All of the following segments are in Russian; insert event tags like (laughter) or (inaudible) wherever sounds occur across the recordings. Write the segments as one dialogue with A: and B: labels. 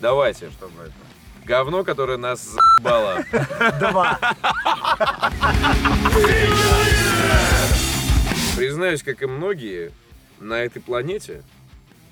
A: Давайте. Чтобы это... Говно, которое нас заебало.
B: Два.
A: Признаюсь, как и многие, на этой планете,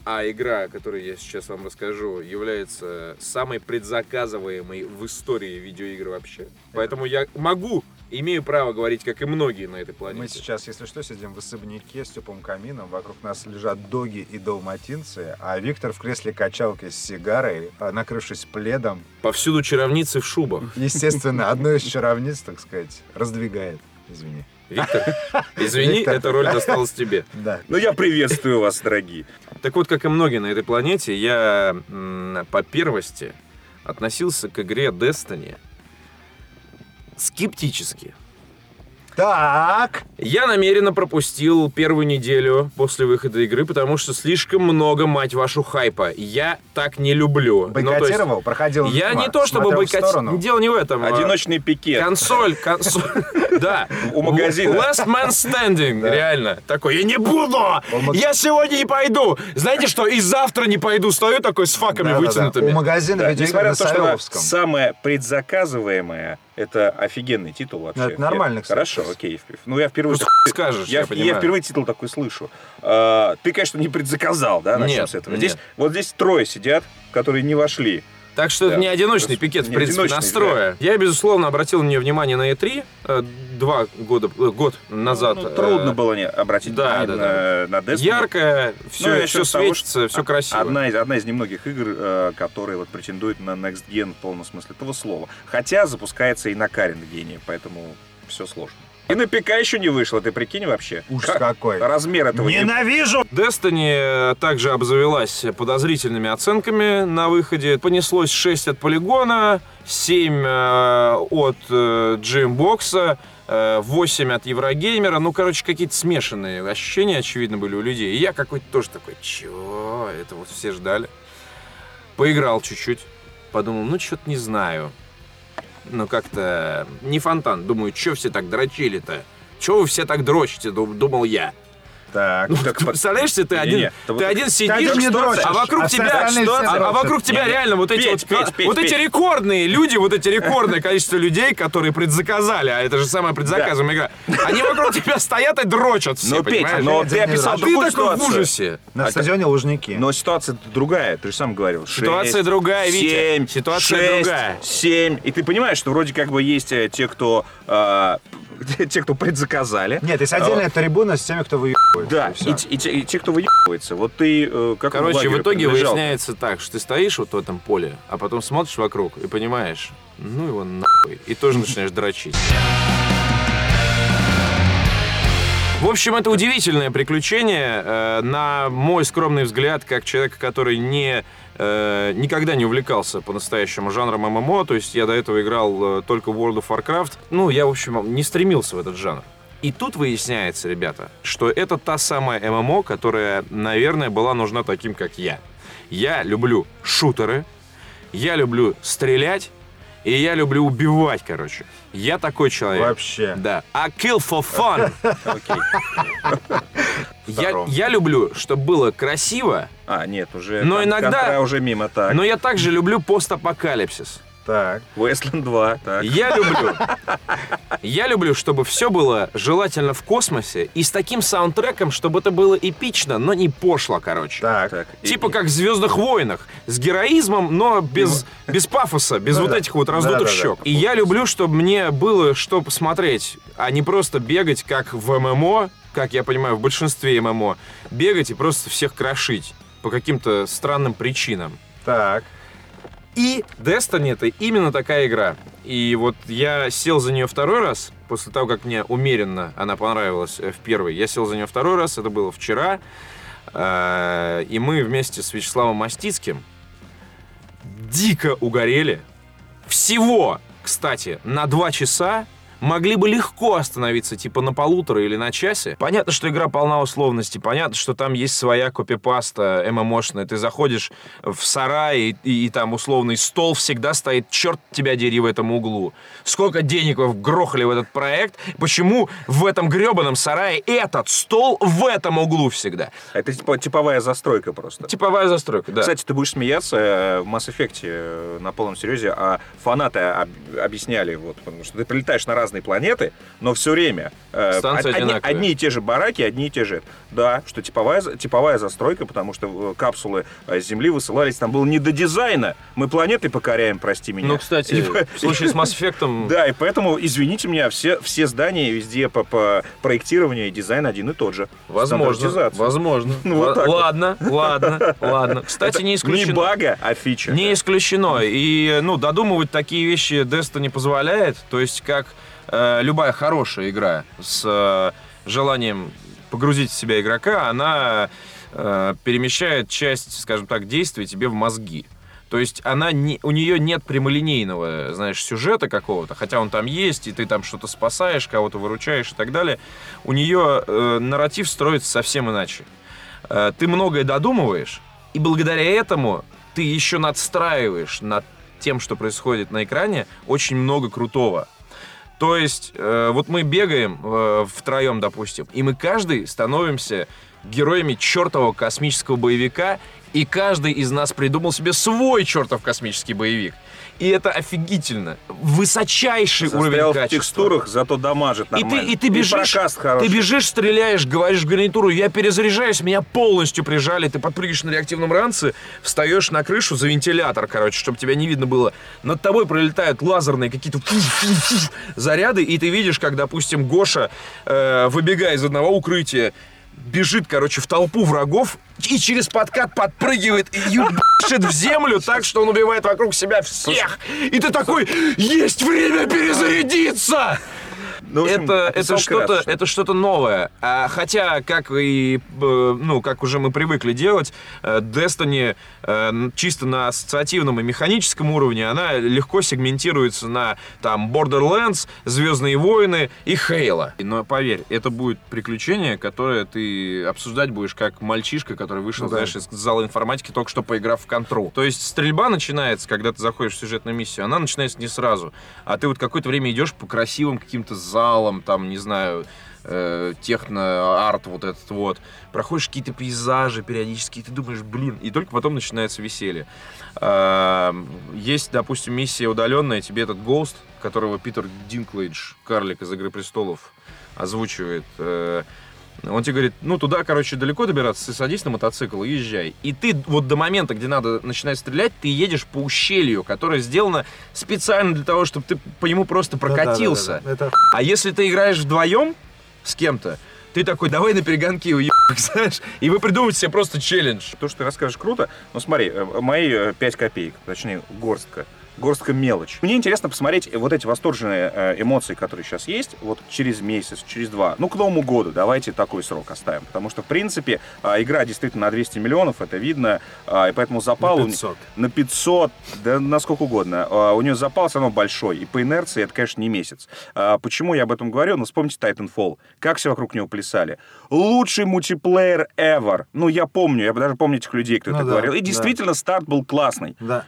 A: а игра, о которой я сейчас вам расскажу, является самой предзаказываемой в истории видеоигр вообще. Поэтому я могу, имею право говорить, как и многие на этой планете.
B: Мы сейчас, если что, сидим в особняке с теплым камином. Вокруг нас лежат доги и долматинцы, а Виктор в кресле качалки с сигарой, а, накрывшись пледом,
A: Повсюду чаровницы в шубах.
B: естественно, одну из чаровниц, так сказать, раздвигает. Извини.
A: Виктор, извини,
B: Виктор.
A: эта роль досталась тебе.
B: Да.
C: Ну, я приветствую вас, дорогие.
A: Так вот, как и многие на этой планете, я м, по первости относился к игре Destiny скептически.
B: Так.
A: Я намеренно пропустил первую неделю после выхода игры, потому что слишком много, мать вашу, хайпа. Я так не люблю. Ну, то есть,
B: Бойкотировал, проходил.
A: я
B: мимо,
A: не то чтобы
B: смотрел в
A: бойкотировал.
B: сторону.
A: Дело не в этом. а-
C: Одиночный пикет. (laughs)
A: Консоль, консоль. Да.
C: У магазина.
A: Last man standing, реально. Такой, я не буду!
B: маг-
A: Я сегодня не пойду! Знаете что, и завтра не пойду. Стою такой с факами
B: Да-да-да. У
A: вытянутыми.
B: магазина
C: Да,
B: видеоигр
C: несмотря
B: на
C: на то, что она
B: Савеловском.
C: самое предзаказываемое, это офигенный титул вообще.
B: Ну, это нормально,
C: Я-
B: кстати.
C: Хорошо, окей. Ну, я впервые...
A: Ну, ты скажешь, я
C: я,
A: понимаю.
C: впервые титул такой слышу. А, ты, конечно, не предзаказал, да, начнем
A: Нет,
C: с этого.
A: нет.
C: Здесь, вот здесь трое сидят, которые не вошли.
A: Так что это
C: Да,
A: не одиночный
C: просто
A: пикет, в
C: не
A: принципе,
C: одиночный,
A: настроя. Я, безусловно, обратил на нее внимание на E3 э, два года, э, год назад.
C: Ну,
A: э,
C: трудно было не обратить
A: да,
C: внимание
A: да,
C: на, на Destiny.
A: Яркое,
C: Ну,
A: все,
C: я
A: все
C: считаю, того,
A: светится, все красиво.
C: Одна из, одна из немногих игр, э, которые вот претендуют на Next Gen в полном смысле этого слова. Хотя запускается и на Карен гене, поэтому все сложно. И на ПК еще не вышло, ты прикинь вообще.
B: Ужас
C: Ха-
B: какой.
C: Размер этого не-
B: Ненавижу!
A: Destiny э, также обзавелась подозрительными оценками на выходе. Понеслось 6 от полигона, 7 э, от э, Джеймбокса, э, 8 от Еврогеймера. Ну, короче, какие-то смешанные ощущения, очевидно, были у людей. И я какой-то тоже такой, чего? Это вот все ждали. Поиграл чуть-чуть, подумал, ну, что-то не знаю. Ну, как-то не фонтан. Думаю, что все так дрочили-то? Чего вы все так дрочите, дум- думал я.
C: Так,
A: Ну,
C: так
A: ты
C: под-
A: представляешь, себе, ты
C: Не-не,
A: один,
C: ты вот
A: ты один сидишь,
B: один не
A: что-
B: дрочишь,
A: а вокруг
B: а все
A: тебя,
B: остальные
A: что-
B: все
A: а- а
B: дрочат.
A: вокруг тебя
C: Не-не,
A: реально вот эти
C: петь,
A: вот, а,
C: петь, петь,
A: вот эти
C: петь.
A: рекордные люди, вот эти рекордное количество людей, которые предзаказали, а это же самая предзаказываемая игра. Они вокруг тебя стоят и дрочат все,
C: Ну, Петь,
A: понимаешь?
C: но
B: Я
C: ты
B: не
C: описал
A: а ты такой
C: другую
A: в
C: ситуацию.
A: ужасе.
B: На стадионе Лужники.
C: Но ситуация другая, ты же сам говорил.
A: Ситуация
C: Шесть,
A: другая, Витя.
C: семь,
A: Ситуация
C: шесть,
A: другая.
C: Семь. И ты понимаешь, что вроде как бы есть э, те, кто э, (laughs) те, кто предзаказали. Э,
B: Нет, есть отдельная трибуна с теми, кто выебывает.
C: Да,
B: И всё.
C: и, те- и те, и те, кто выебывается. Вот ты э, как
A: Короче, в итоге
C: выясняется.
A: выясняется так, что ты стоишь вот в этом поле, а потом смотришь вокруг и понимаешь, ну его нахуй, и тоже начинаешь дрочить. В общем, это удивительное приключение, э, на мой скромный взгляд, как человека, который не, э, никогда не увлекался по-настоящему жанром ММО, то есть я до этого играл э, только в World of Warcraft, ну, я, в общем, не стремился в этот жанр. И тут выясняется, ребята, что это та самая ММО, которая, наверное, была нужна таким, как я. Я люблю шутеры, я люблю стрелять, и я люблю убивать, короче. Я такой человек.
B: Вообще.
A: Да. А kill for fun.
C: Окей.
A: Я,
C: Втором.
A: я люблю, чтобы было красиво,
C: А, нет, уже.
A: Но
C: кон-
A: иногда-
C: контра уже мимо, так.
A: но я также люблю постапокалипсис.
B: Так.
C: Westland 2, так.
A: Я люблю. Я люблю, чтобы все было желательно в космосе и с таким саундтреком, чтобы это было эпично, но не пошло, короче.
B: Так.
C: так. И-
A: Типа как в «Звездных войнах». С героизмом, но без, без пафоса, без
B: Ну
A: вот
B: да.
A: этих вот раздутых
B: Да-да-да.
A: щек. И я люблю, чтобы мне было что посмотреть, а не просто бегать, как в ММО, как я понимаю, в большинстве ММО, бегать и просто всех крошить по каким-то странным причинам.
B: Так.
A: И Destiny это именно такая игра. И вот я сел за нее второй раз, после того, как мне умеренно она понравилась э, в первый. Я сел за нее второй раз, это было вчера. Э, И мы вместе с Вячеславом Мастицким дико угорели. Всего, кстати, на два часа могли бы легко остановиться типа на полутора или на часе. Понятно, что игра полна условностей, понятно, что там есть своя копипаста ММОшная. Ты заходишь в сарай, и, и- и там условный стол всегда стоит, черт тебя дери в этом углу. Сколько денег вы вгрохали в этот проект, почему в этом гребаном сарае этот стол в этом углу всегда?
C: Это типа типовая застройка просто.
A: Типовая застройка, да.
C: Кстати, ты будешь смеяться, э, в Mass Effect э, на полном серьезе, а фанаты об- объясняли, вот, потому что ты прилетаешь на разные планеты, но все время э,
A: Станции
C: од- одни,
A: одинаковые.
C: одни и те же бараки, одни и те же. Да, что типовая, за- типовая застройка, потому что э, капсулы э, с Земли высылались, там было не до дизайна, мы планеты покоряем, прости меня.
A: ну, кстати,
C: И- (laughs)
A: в случае с Mass Effect
C: Да, и поэтому, извините меня, все, все здания везде по, по проектированию и дизайн один и тот же.
A: Возможно,
C: Стандартизация.
A: возможно.
C: Ну, вот
A: Л-
C: так вот.
A: ладно, ладно, ладно. Кстати,
C: Это
A: не исключено.
C: Не бага, а фича.
A: Не исключено. И, ну, додумывать такие вещи Деста не позволяет. То есть, как э, любая хорошая игра с э, желанием погрузить в себя игрока, она э, перемещает часть, скажем так, действий тебе в мозги. То есть она не, у нее нет прямолинейного, знаешь, сюжета какого-то, хотя он там есть, и ты там что-то спасаешь, кого-то выручаешь и так далее. У нее э, нарратив строится совсем иначе. Э, ты многое додумываешь, и благодаря этому ты еще надстраиваешь над тем, что происходит на экране, очень много крутого. То есть, э, вот мы бегаем э, втроем, допустим, и мы каждый становимся героями чертового космического боевика, и каждый из нас придумал себе свой чертов космический боевик. И это офигительно. Высочайший
C: Застрял
A: уровень
C: в
A: качества.
C: текстурах, зато дамажит
A: И ты,
C: нормально.
A: и ты бежишь,
C: прокаст хороший.
A: ты бежишь, стреляешь, говоришь в гарнитуру, я перезаряжаюсь, меня полностью прижали, ты подпрыгиваешь на реактивном ранце, встаешь на крышу за вентилятор, короче, чтобы тебя не видно было. Над тобой пролетают лазерные какие-то фу-фу-фу заряды, и ты видишь, как, допустим, Гоша, э, выбегая из одного укрытия, бежит, короче, в толпу врагов и через подкат подпрыгивает и ебашит в землю так, что он убивает вокруг себя всех. И ты такой, есть время перезарядиться!
C: Ну, в общем,
A: это, это
C: описал
A: что-то
C: красочно.
A: это что-то новое. А, хотя, как и э, ну, как уже мы привыкли делать, э, Destiny э, н- чисто на ассоциативном и механическом уровне, она легко сегментируется на там Borderlands, Звездные войны и Хейла. Но поверь, это будет приключение, которое ты обсуждать будешь как мальчишка, который вышел,
B: Ну да.
A: знаешь, из зала информатики, только что поиграв в контрол. То есть стрельба начинается, когда ты заходишь в сюжетную миссию, она начинается не сразу. А ты вот какое-то время идешь по красивым каким-то залам, там, не знаю, э, техно-арт вот этот вот. Проходишь какие-то пейзажи периодически, и ты думаешь, блин, и только потом начинается веселье. А, Есть, допустим, миссия удаленная, тебе этот Ghost, которого Питер Динклейдж, карлик из «Игры престолов», озвучивает. э, он тебе говорит, ну туда, короче, далеко добираться, ты садись на мотоцикл и езжай. И ты вот до момента, где надо начинать стрелять, ты едешь по ущелью, которое сделано специально для того, чтобы ты по нему просто прокатился.
B: Да-да-да-да. Это
A: А если ты играешь вдвоем с кем-то, ты такой, давай на перегонки, уебок, (laughs) знаешь, и вы придумываете себе просто челлендж.
C: То, что ты расскажешь, круто. Но смотри, э, мои э, пять копеек, точнее, горстка. Горстка мелочь. Мне интересно посмотреть э, вот эти восторженные э, эмоции, которые сейчас есть, вот через месяц, через два. Ну, к Новому году давайте такой срок оставим. Потому что, в принципе, э, игра действительно на 200 миллионов, это видно. э, И поэтому запал...
B: на
A: Ну,
C: у меня-
B: 500.
C: на 500, да на сколько угодно. А, У нее запал все равно большой. И по инерции это, конечно, не месяц. А, Почему я об этом говорю? Ну, вспомните Titanfall. Как все вокруг него плясали. Лучший мультиплеер ever. Ну, я помню. Я даже помню этих людей, кто
B: Ну
C: это
B: да,
C: говорил. И
B: да.
C: действительно, старт был классный.
B: Да.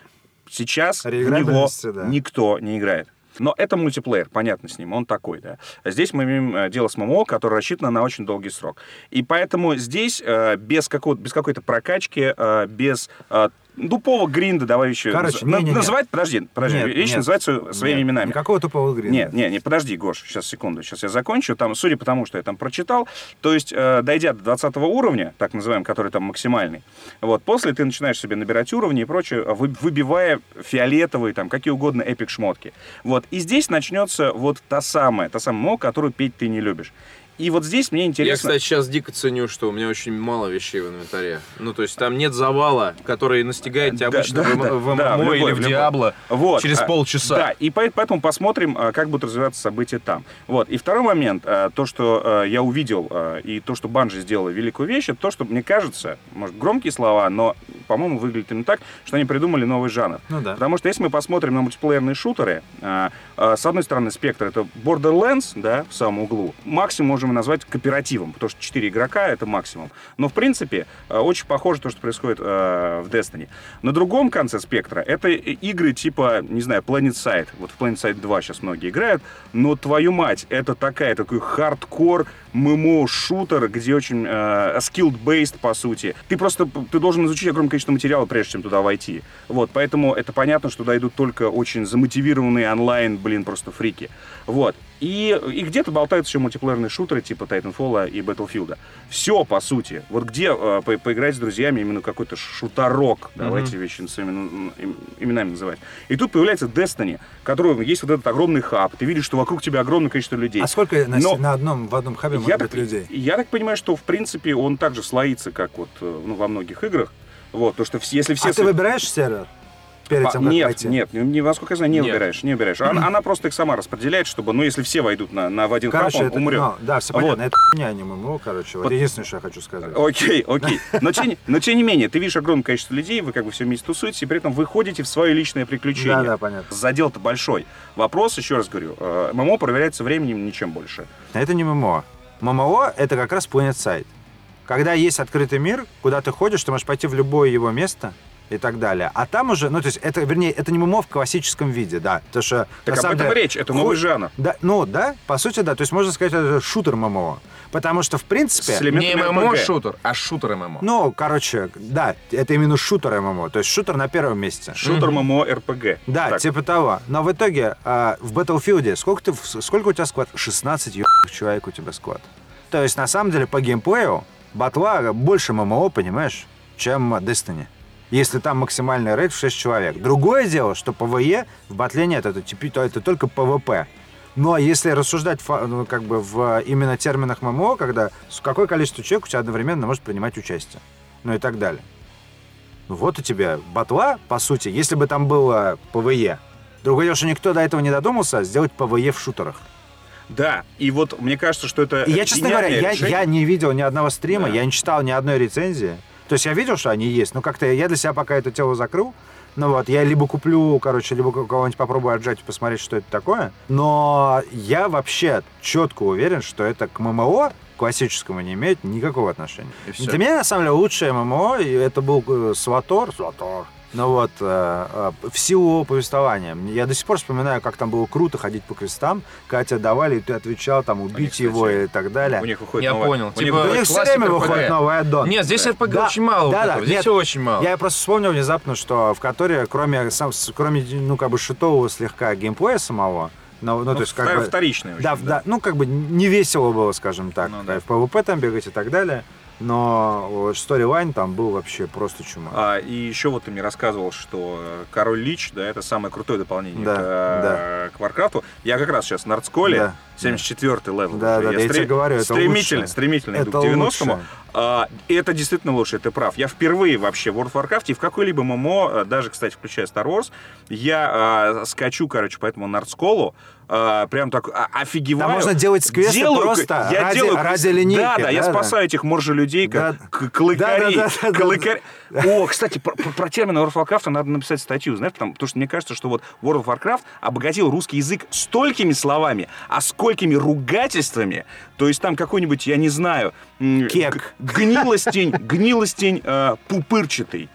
C: Сейчас в него
B: Реиграбельности, да.
C: никто не играет. Но это мультиплеер, понятно с ним, он такой, да. Здесь мы имеем э, дело с ММО, которое рассчитано на очень долгий срок. И поэтому здесь э, без, какого, без какой-то прокачки, э, без э, тупого гринда, давай еще...
B: Короче,
C: наз-
B: не-не-не.
C: называть, подожди, подожди,
B: Нет,
C: вещи
B: нет.
C: называть свою- своими
B: Нет,
C: именами.
B: Никакого тупого грина.
C: Нет, нет, не, подожди, Гош, сейчас секунду, сейчас я закончу. Там, судя по тому, что я там прочитал, то есть, э, дойдя до 20 уровня, так называемый, который там максимальный, вот, после ты начинаешь себе набирать уровни и прочее, э, вы- выбивая фиолетовые, там, какие угодно эпик-шмотки. Вот, и здесь начнется вот та самая, та самая мол, которую петь ты не любишь. И вот здесь мне
A: Я,
C: интересно...
A: кстати, сейчас дико ценю, что у меня очень мало вещей в инвентаре. Ну, то есть там нет завала, который настигает тебя
C: Да,
A: обычно
C: да,
A: в, эм,
C: да,
A: в ММО
C: да, в любой,
A: или
C: в
A: в
C: любой.
A: Диабло
C: Вот.
A: через
C: а,
A: полчаса.
C: Да, и по- поэтому посмотрим, а, как будут развиваться события там. Вот. И второй момент, а, то, что а, я увидел, а, и то, что Банжи сделала великую вещь, это то, что, мне кажется, может, громкие слова, но, по-моему, выглядит именно так, что они придумали новый жанр.
A: Ну да.
C: Потому что если мы посмотрим на мультиплеерные шутеры, а, а, с одной стороны, спектр это Borderlands, да, в самом углу. Максимум можем назвать кооперативом, потому что 4 игрока это максимум. Но в принципе а, очень похоже то, что происходит а, в Destiny. На другом конце спектра это и- игры типа, не знаю, Planet Side. Вот в Planet Side 2 сейчас многие играют, но твою мать, это такая, такой хардкор ММО-шутер, где очень э, skilled-based, по сути. Ты просто, п- ты должен изучить огромное количество материала, прежде чем туда войти. Вот, поэтому это понятно, что туда идут только очень замотивированные онлайн, блин, просто фрики. Вот. И, и где-то болтаются еще мультиплеерные шутеры типа Titanfall и Battlefield. Все, по сути. Вот где э, по- поиграть с друзьями именно какой-то шуторок, давайте вещи своими ну, им- именами называть. И тут появляется Destiny, у которого есть вот этот огромный хаб. Ты видишь, что вокруг тебя огромное количество людей.
D: А сколько на,
C: Но-
D: на одном, в одном хабе
C: Я
D: может
C: так,
D: быть людей?
C: я так понимаю, что в принципе он также слоится, как вот э, ну, во многих играх. Вот, то, что вс- если все...
D: а ты
C: с-
D: выбираешь сервер перед
C: А,
D: тем, как
C: нет,
D: пойти?
C: нет, не- не- насколько я знаю, не
A: Нет.
C: выбираешь, не выбираешь. Она, она просто их сама распределяет, чтобы, ну, если все войдут на, на в один хаб,
D: Короче,
C: он
D: это,
C: умрет.
D: ну, да, все
C: Вот.
D: понятно, это хуйня, а не ММО, короче. Вот,
C: Вот.
D: единственное, что я хочу сказать.
C: Окей, окей. Но тем, но тем не менее, ты видишь огромное количество людей, вы как бы все вместе тусуетесь, и при этом вы ходите в свое личное приключение.
D: Да, да, понятно.
C: Задел-то большой. Вопрос, еще раз говорю, э, ММО проверяется временем ничем больше.
D: А Это не ММО. ММО — это как раз Planet Side. Когда есть открытый мир, куда ты ходишь, ты можешь пойти в любое его место и так далее. А там уже, ну, то есть, это, вернее, это не ММО в классическом виде, да. Потому что, на
C: Так об
D: самом
C: этом
D: деле,
C: речь, это новый
D: хуй-
C: жанр.
D: Да, ну, да, по сути, да. То есть, можно сказать, это шутер ММО. Потому что, в принципе...
C: С элем-
A: Не
C: элементами
A: ММО
C: RPG.
A: шутер, а шутер ММО.
D: Ну, короче, да, это именно шутер ММО. То есть, шутер на первом месте.
C: Шутер ММО РПГ.
D: Да,
C: Так,
D: типа того. Но в итоге а, в Battlefield сколько, ты, в- сколько у тебя склад? 16 ебаных человек у тебя склад. То есть, на самом деле, по геймплею батла больше ММО, понимаешь, чем Destiny. Если там максимальный рейд в 6 человек. Другое дело, что ПВЕ в батле нет, это, типи- то это только ПВП. Но если рассуждать фа- ну, как бы в э, именно терминах ММО, когда с- какое количество человек у тебя одновременно может принимать участие, ну и так далее. Ну вот у тебя батла, по сути, если бы там было ПВЕ. Другое дело, что никто до этого не додумался сделать ПВЕ в шутерах.
C: Да, и вот мне кажется, что это...
D: И я, честно говоря,
C: гениальное
D: я,
C: решение.
D: я не видел ни одного стрима,
C: Да.
D: я не читал ни одной рецензии. То есть я видел, что они есть, но как-то я для себя пока это тело закрыл. Ну вот, я либо куплю, короче, либо у кого-нибудь попробую отжать и посмотреть, что это такое. Но я вообще четко уверен, что это к ММО классическому не имеет никакого отношения.
A: И всё.
D: Для меня, на самом деле, лучшее ММО, и это был э, Сватор. Сватор. Ну вот, э, э, в силу повествования. Мне- Я до сих пор вспоминаю, как там было круто ходить по квестам, когда тебе давали, и ты отвечал, там, убить
C: кстати,
D: его и так далее.
C: У них выходит
A: Я
C: новая-
A: понял,
C: у них
A: типа-
D: У
C: выходит-
D: них все
A: Классика
D: время выходит
A: RPG.
D: новый аддон.
A: Нет, здесь РПГ
D: Да,
A: очень мало.
D: да,
A: вот
D: да,
A: этого. Здесь
D: нет.
A: всего очень мало.
D: Я просто вспомнил внезапно, что в которой, кроме, сам, с- кроме ну, как бы, шутового слегка геймплея самого, ну, ну,
C: Ну,
D: то есть, как
C: втор-
D: бы,
C: вторичный. очень,
D: да, да, ну, как бы не весело было, скажем так,
C: Ну,
D: да,
C: да.
D: и в ПВП там бегать и так далее, но сторилайн там был вообще просто чума.
C: А, и еще вот ты мне рассказывал, что э, Король Лич, да, это самое крутое дополнение
D: Да,
C: к, э, к Варкрафту. Я как раз сейчас на Артсколе,
D: Да.
C: 74-й левел.
D: Да,
C: уже.
D: да, да, я тебе говорю, это
C: стремительно,
D: лучшее.
C: стремительно иду
D: Это
C: к 90-му.
D: лучшее.
C: А, и это действительно лучше, ты прав. Я впервые вообще в World of Warcraft и в какой-либо ММО, э, даже, кстати, включая Star Wars, я э, скачу, короче, по этому Нардсколу, э, прям так а, офигеваю.
D: Там можно делать квесты
C: Делаю-
D: просто
C: я
D: ради-
C: делаю
D: ради
C: квесты.
D: линейки,
C: Да, да, я
D: да, да.
C: спасаю этих моржи людей, как
D: Да.
C: к- клыкарей.
D: Да-да-да-да-да.
C: клыкарь- о, кстати, про, про- про термин World of Warcraft надо написать статью, знаешь, потому, потому что мне кажется, что вот World of Warcraft обогатил русский язык столькими словами, а сколькими ругательствами, то есть там какой-нибудь, я не знаю, м,
D: Кек.
C: г-
D: (laughs)
C: гнилостень, гнилостень э, пупырчатый.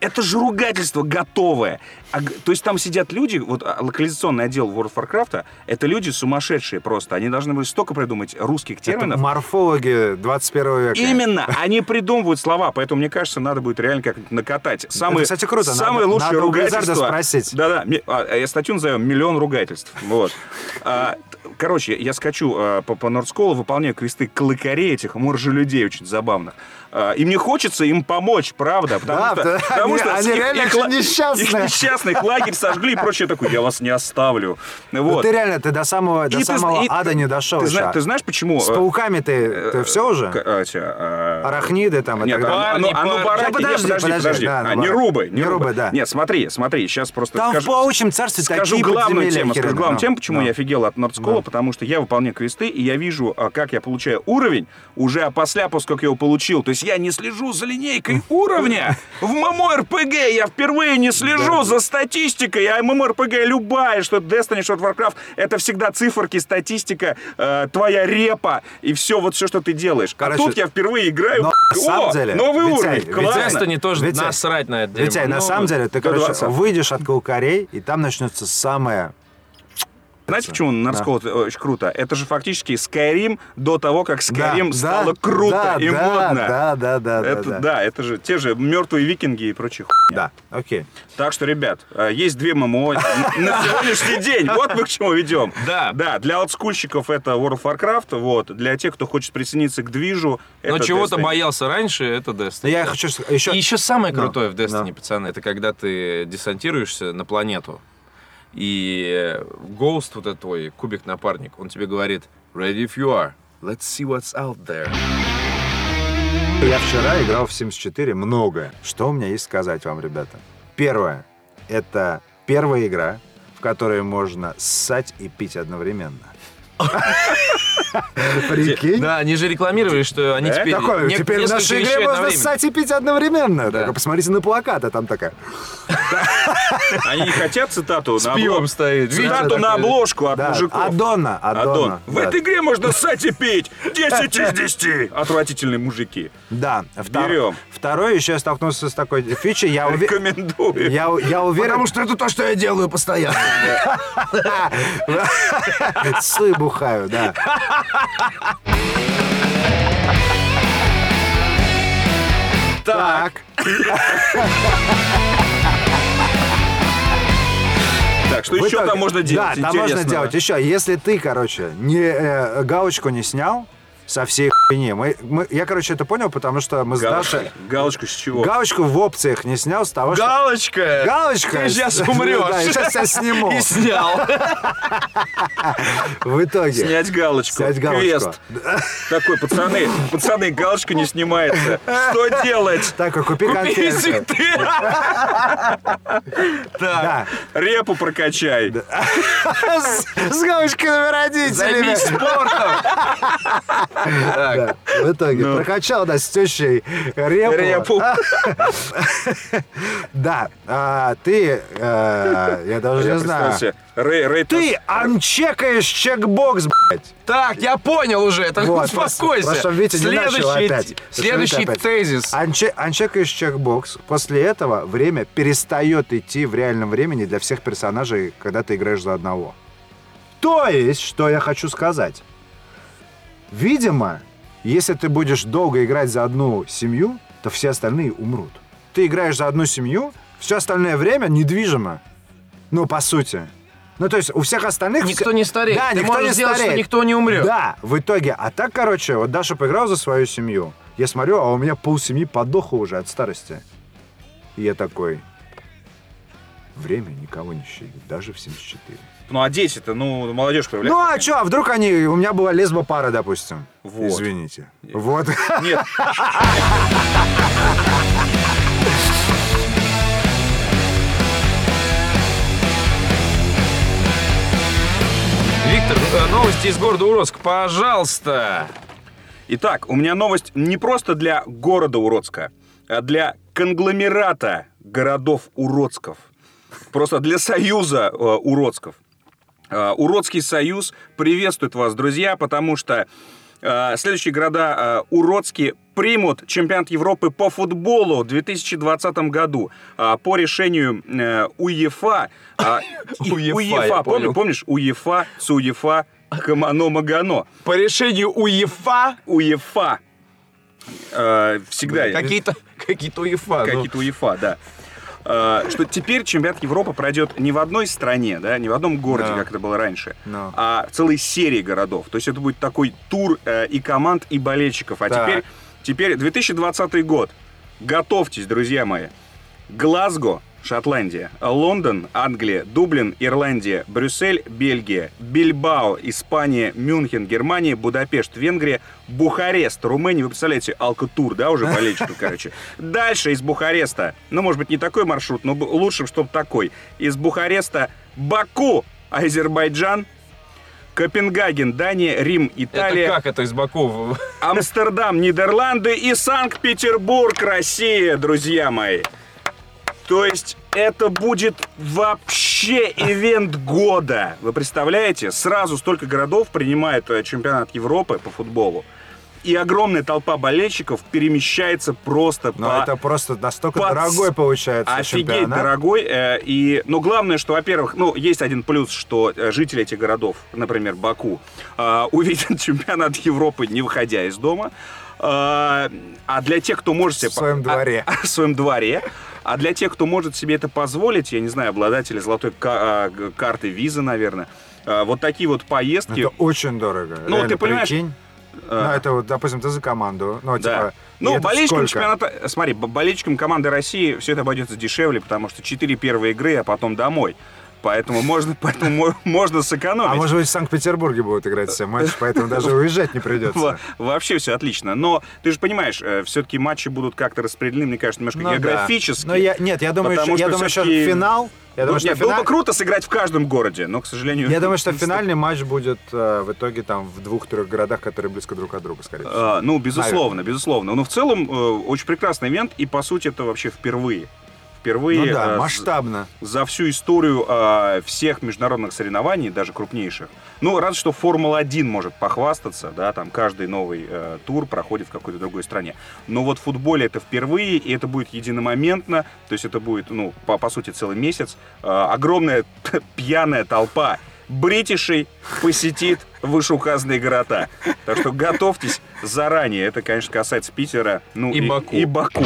C: Это же ругательство готовое. А г- то есть там сидят люди, вот а, локализационный отдел World of Warcraft, а, это люди сумасшедшие просто. Они должны были столько придумать русских
D: Это
C: терминов.
D: морфологи 21 века.
C: Именно, они придумывают слова, поэтому мне кажется, надо будет реально как-нибудь накатать. Самые,
D: Это, кстати, круто,
C: Самые
D: надо-
C: лучшие
D: надо у Blizzard'а
C: ругательства.
D: спросить.
C: Да-да, ми- а, я статью назовем «Миллион ругательств». Вот. А, т- Короче, я скачу э, по, по Нордсколу, выполняю квесты клыкарей этих моржелюдей очень забавных. Э, и мне хочется им помочь, правда. Потому
D: Да,
C: что,
D: потому-
C: (laughs) потому
D: они-
C: что
D: они
C: их-
D: реально
C: их
D: очень
C: ла- Их
D: несчастные.
C: несчастных лагерь сожгли и прочее такое. Я вас не оставлю.
D: Ну,
C: Вот.
D: ты реально, ты до самого,
C: И
D: до
C: ты
D: самого
C: зна- и
D: ада
C: ты-
D: не дошел
C: Ты, зна-
D: еще.
C: ты знаешь, почему...
D: С
C: э,
D: пауками ты,
C: э,
D: ты все уже?
C: к- эти, э,
D: Арахниды там и
C: Нет,
D: так далее.
C: а ну, а ну,
A: Парни,
C: бараки,
D: парни.
C: нет,
D: Подожди, подожди, да,
C: А,
D: ну,
C: не
D: бараки.
C: рубы, не
D: Не
C: рубы.
D: рубы, да.
C: Нет, смотри, смотри, сейчас просто
D: Там в
C: скажу.
D: паучьем царстве
C: Скажу
D: такие
C: главную
D: подземелья
C: тему, скажу
D: херня,
C: главную
D: да.
C: тему, почему
D: Да.
C: я офигел от Нордскола, потому что я выполняю квесты, и я вижу, а, как я получаю уровень уже а после, после как я его получил. То есть я не слежу
D: (laughs)
C: за линейкой уровня. В ММО-РПГ я впервые не слежу за статистикой, а ММО-РПГ любая, что Destiny, что Warcraft, это всегда циферки, статистика, э, твоя репа и все вот все, что ты делаешь. А
D: Короче,
C: тут я впервые играю.
D: но
C: О,
D: на самом деле,
C: новый
D: Витя,
C: уровень,
D: Витя,
C: классно.
A: Ведь не тоже
D: Витя,
A: насрать на это.
D: Витя,
A: дерьмо.
D: на
A: Ну,
D: самом деле, ты,
C: до
D: короче,
C: 20.
D: выйдешь от каукарей, и там начнется самое...
C: Знаете, почему Нарскол э, очень круто? Это же фактически Skyrim до того, как
D: Да,
C: Skyrim
D: да,
C: стало круто
D: да,
C: и
D: да,
C: модно.
D: Да, да, да, да,
C: это, да.
D: да.
C: это же те же мертвые викинги и прочие
D: Да, окей.
C: Так что, ребят, э, есть
D: (laughs)
C: две ММО на сегодняшний день. Вот мы к чему ведем.
A: Да.
C: Да, для олдскульщиков это World of Warcraft, вот. Для тех, кто хочет присоединиться к движу, это
A: Но Ну, чего-то
C: Destiny.
A: боялся раньше, это
D: Но
A: Destiny.
D: я хочу с- еще...
A: И еще самое
D: Да.
A: крутое в Destiny,
D: Да.
A: пацаны, это когда ты десантируешься на планету, и Ghost, вот этот твой кубик-напарник, он тебе говорит «Ready if you are, let's see what's out there».
D: Я вчера играл в Sims 4 многое. Что у меня есть сказать вам, ребята? Первое. Это первая игра, в которой можно ссать и пить (laughs) одновременно. Прикинь?
A: Да, они же рекламировали, что они
C: Да?
A: теперь...
D: Э, Такое,
A: нек-
D: теперь в
A: несколько
D: нашей
A: вещей
D: игре можно
A: одновременно.
D: ссать и пить одновременно.
A: Да.
D: Только посмотрите на плакат, а там такая.
C: Они не хотят цитату на обложку.
A: стоит.
C: Цитату на обложку от
D: Да,
C: мужиков.
D: Аддона,
C: Аддон.
D: Аддона.
C: В
D: да.
C: этой игре можно ссать
D: (laughs)
C: и пить. 10 из 10. Отвратительные мужики.
D: Да. втор-
C: Берем.
D: Второе, еще я столкнулся с такой фичей. Я уве-
C: Рекомендую.
D: Я, я уверен...
B: что это то, что я делаю постоянно.
D: Сы бухаю, да. Так.
C: Так, что
D: В
C: еще
D: итоге-
C: там можно делать?
D: Да, там можно
C: интересного?
D: делать еще. Если ты, короче, не э, галочку не снял со всей хуйни. Мы, мы- я, короче, это понял, потому что мы с
C: Галочку,
D: Дашей...
C: галочку с чего?
D: Галочку в опциях не снял с того, что...
A: Галочка!
D: Галочка!
A: Ты сейчас
D: (laughs) Да,
A: умрешь.
D: сейчас я сниму.
A: И снял.
D: В итоге.
C: Снять галочку.
D: Снять галочку.
C: Квест. Такой, пацаны, пацаны, галочка не снимается. Что делать?
D: Так, а купи
A: И
D: конфеты.
A: цветы.
D: Да.
C: Репу прокачай.
D: С с галочкой номер родителями.
A: Займись спортом.
D: (laughs)
A: Так,
D: Да, в итоге
A: Ну.
D: прокачал, да, с тещей репу. А,
C: Репу.
D: Да, а, ты, э, я даже
C: Я
D: не знаю.
C: представил себе, Рэй, Рэй,
D: Ты анчекаешь чекбокс, блядь.
A: Так, я понял уже. Так
D: Вот,
A: Ну, успокойся.
D: просто чтоб Витя не начал
A: Следующий-
D: опять. Чтоб Витя
A: Следующий
D: опять. А
A: тезис.
D: Анче- анчекаешь чекбокс, после этого время перестает идти в реальном времени для всех персонажей, когда ты играешь за одного. То есть, что я хочу сказать. Видимо, если ты будешь долго играть за одну семью, то все остальные умрут. Ты играешь за одну семью, все остальное время недвижимо. Ну, по сути. Ну, то есть у всех остальных... все-
A: Никто не стареет.
D: Да,
A: Ты
D: никто
A: можешь
D: не
A: сделать, что
D: стареет.
A: никто не умрет.
D: Да, в итоге. А так, короче, вот Даша поиграл за свою семью. Я смотрю, а у меня пол семьи подохло уже от старости. И я такой... Время никого не щадит, даже в 74.
C: Ну а дети-то, ну, молодежь
D: Ну
C: проявляется.
D: а чё, а вдруг они... У меня была лесба пара, допустим.
C: Вот.
D: Извините. Вот. (laughs)
C: Нет,
A: Виктор, э, новости из города Уроск, пожалуйста.
C: Итак, у меня новость не просто для города Уродска, а для конгломерата городов Уродсков. Просто для союза э, Уродсков. Э, Уродский союз приветствует вас, друзья, потому что э, следующие города э, Уродские примут чемпионат Европы по футболу в 2020 году э, по решению э, УЕФА. э, и-
A: (laughs) УЕФА, я понял.
C: УЕФА, помни- помнишь? УЕФА, СУЕФА, Камано-Магано.
A: По решению УЕФА
C: УЕФА. Э, Всегда
A: какие-то какие-то УЕФА. ну.
C: какие-то УЕФА, да. э, что теперь чемпионат Европы пройдет не в одной стране, да, не в одном городе,
D: Да.
C: как это было раньше,
D: Ну.
C: а в целой серии городов. То есть это будет такой тур э, и команд, и болельщиков. А
D: Так.
C: теперь, теперь 2020 год. Готовьтесь, друзья мои. Глазго, Шотландия, Лондон, Англия, Дублин, Ирландия, Брюссель, Бельгия, Бильбао, Испания, Мюнхен, Германия, Будапешт, Венгрия, Бухарест, Румыния. Вы представляете, алкотур, да, уже болельщиков, короче. Дальше из Бухареста, ну, может быть, не такой маршрут, но б- лучше, чтобы такой. Из Бухареста Баку, Азербайджан, Копенгаген, Дания, Рим, Италия,
A: Это как это из Баку?
C: Амстердам, Нидерланды и Санкт-Петербург, Россия, друзья мои. То есть это будет вообще ивент года. Вы представляете? Сразу столько городов принимает э, чемпионат Европы по футболу. И огромная толпа болельщиков перемещается просто
D: Но
C: по
D: это просто настолько
C: А под-
D: дорогой получается
C: Офигеть,
D: чемпионат.
C: дорогой. э, и, но главное, что, во-первых, ну, есть один плюс, что э, жители этих городов, например, Баку, э, (laughs) увидят чемпионат Европы, не выходя из дома. Э, а для тех, кто может себе...
D: В своем
C: а-
D: дворе.
C: (laughs) в своем дворе. А для тех, кто может себе это позволить, я не знаю, обладатели золотой ка- а, г- карты виза, наверное, э, вот такие вот поездки...
D: Это очень дорого.
C: Ну,
D: Реально,
C: ты понимаешь,
D: прикинь.
C: э,
D: Ну, это вот, допустим, ты за команду. Ну,
C: Да.
D: типа, и
C: Ну,
D: это сколько?
C: болельщикам чемпионата... э, Смотри, б- болельщикам команды России все это обойдется дешевле, потому что 4 первые игры, а потом домой. Поэтому можно, (laughs) поэтому мо- можно сэкономить.
D: А может быть, в Санкт-Петербурге будут играть все матчи, поэтому даже уезжать не
C: (laughs) Во-
D: придется.
C: Вообще все отлично. Но ты же понимаешь, все-таки матчи будут как-то распределены, мне кажется, немножко
D: Ну да.
C: географически.
D: Но я, нет, я думаю,
C: Потому
D: что, я
C: что
D: думаю, что
C: всё-таки-
D: финал. Я
C: Ну,
D: думаю, что
C: нет, было
D: финал-
C: бы круто сыграть в каждом городе, но, к сожалению...
D: Я
C: (laughs)
D: думаю, что финальный матч будет э, в итоге там в двух-трех городах, которые близко друг от друга, скорее всего.
C: А, ну, безусловно, безусловно. Но в целом э, очень прекрасный ивент, и, по сути, это вообще впервые. Впервые
D: ну да,
C: э, с-
D: масштабно.
C: за всю историю э, всех международных соревнований, даже крупнейших. Ну, разве что Формула-1 может похвастаться, да, там каждый новый э, тур проходит в какой-то другой стране. Но вот в футболе это впервые, и это будет единомоментно, то есть это будет, ну, по, по сути, целый месяц. Э, огромная (laughs) пьяная толпа бритишей посетит вышеуказанные города. Так что готовьтесь заранее. Это, конечно, касается Питера, ну,
A: И Баку.
C: И Баку.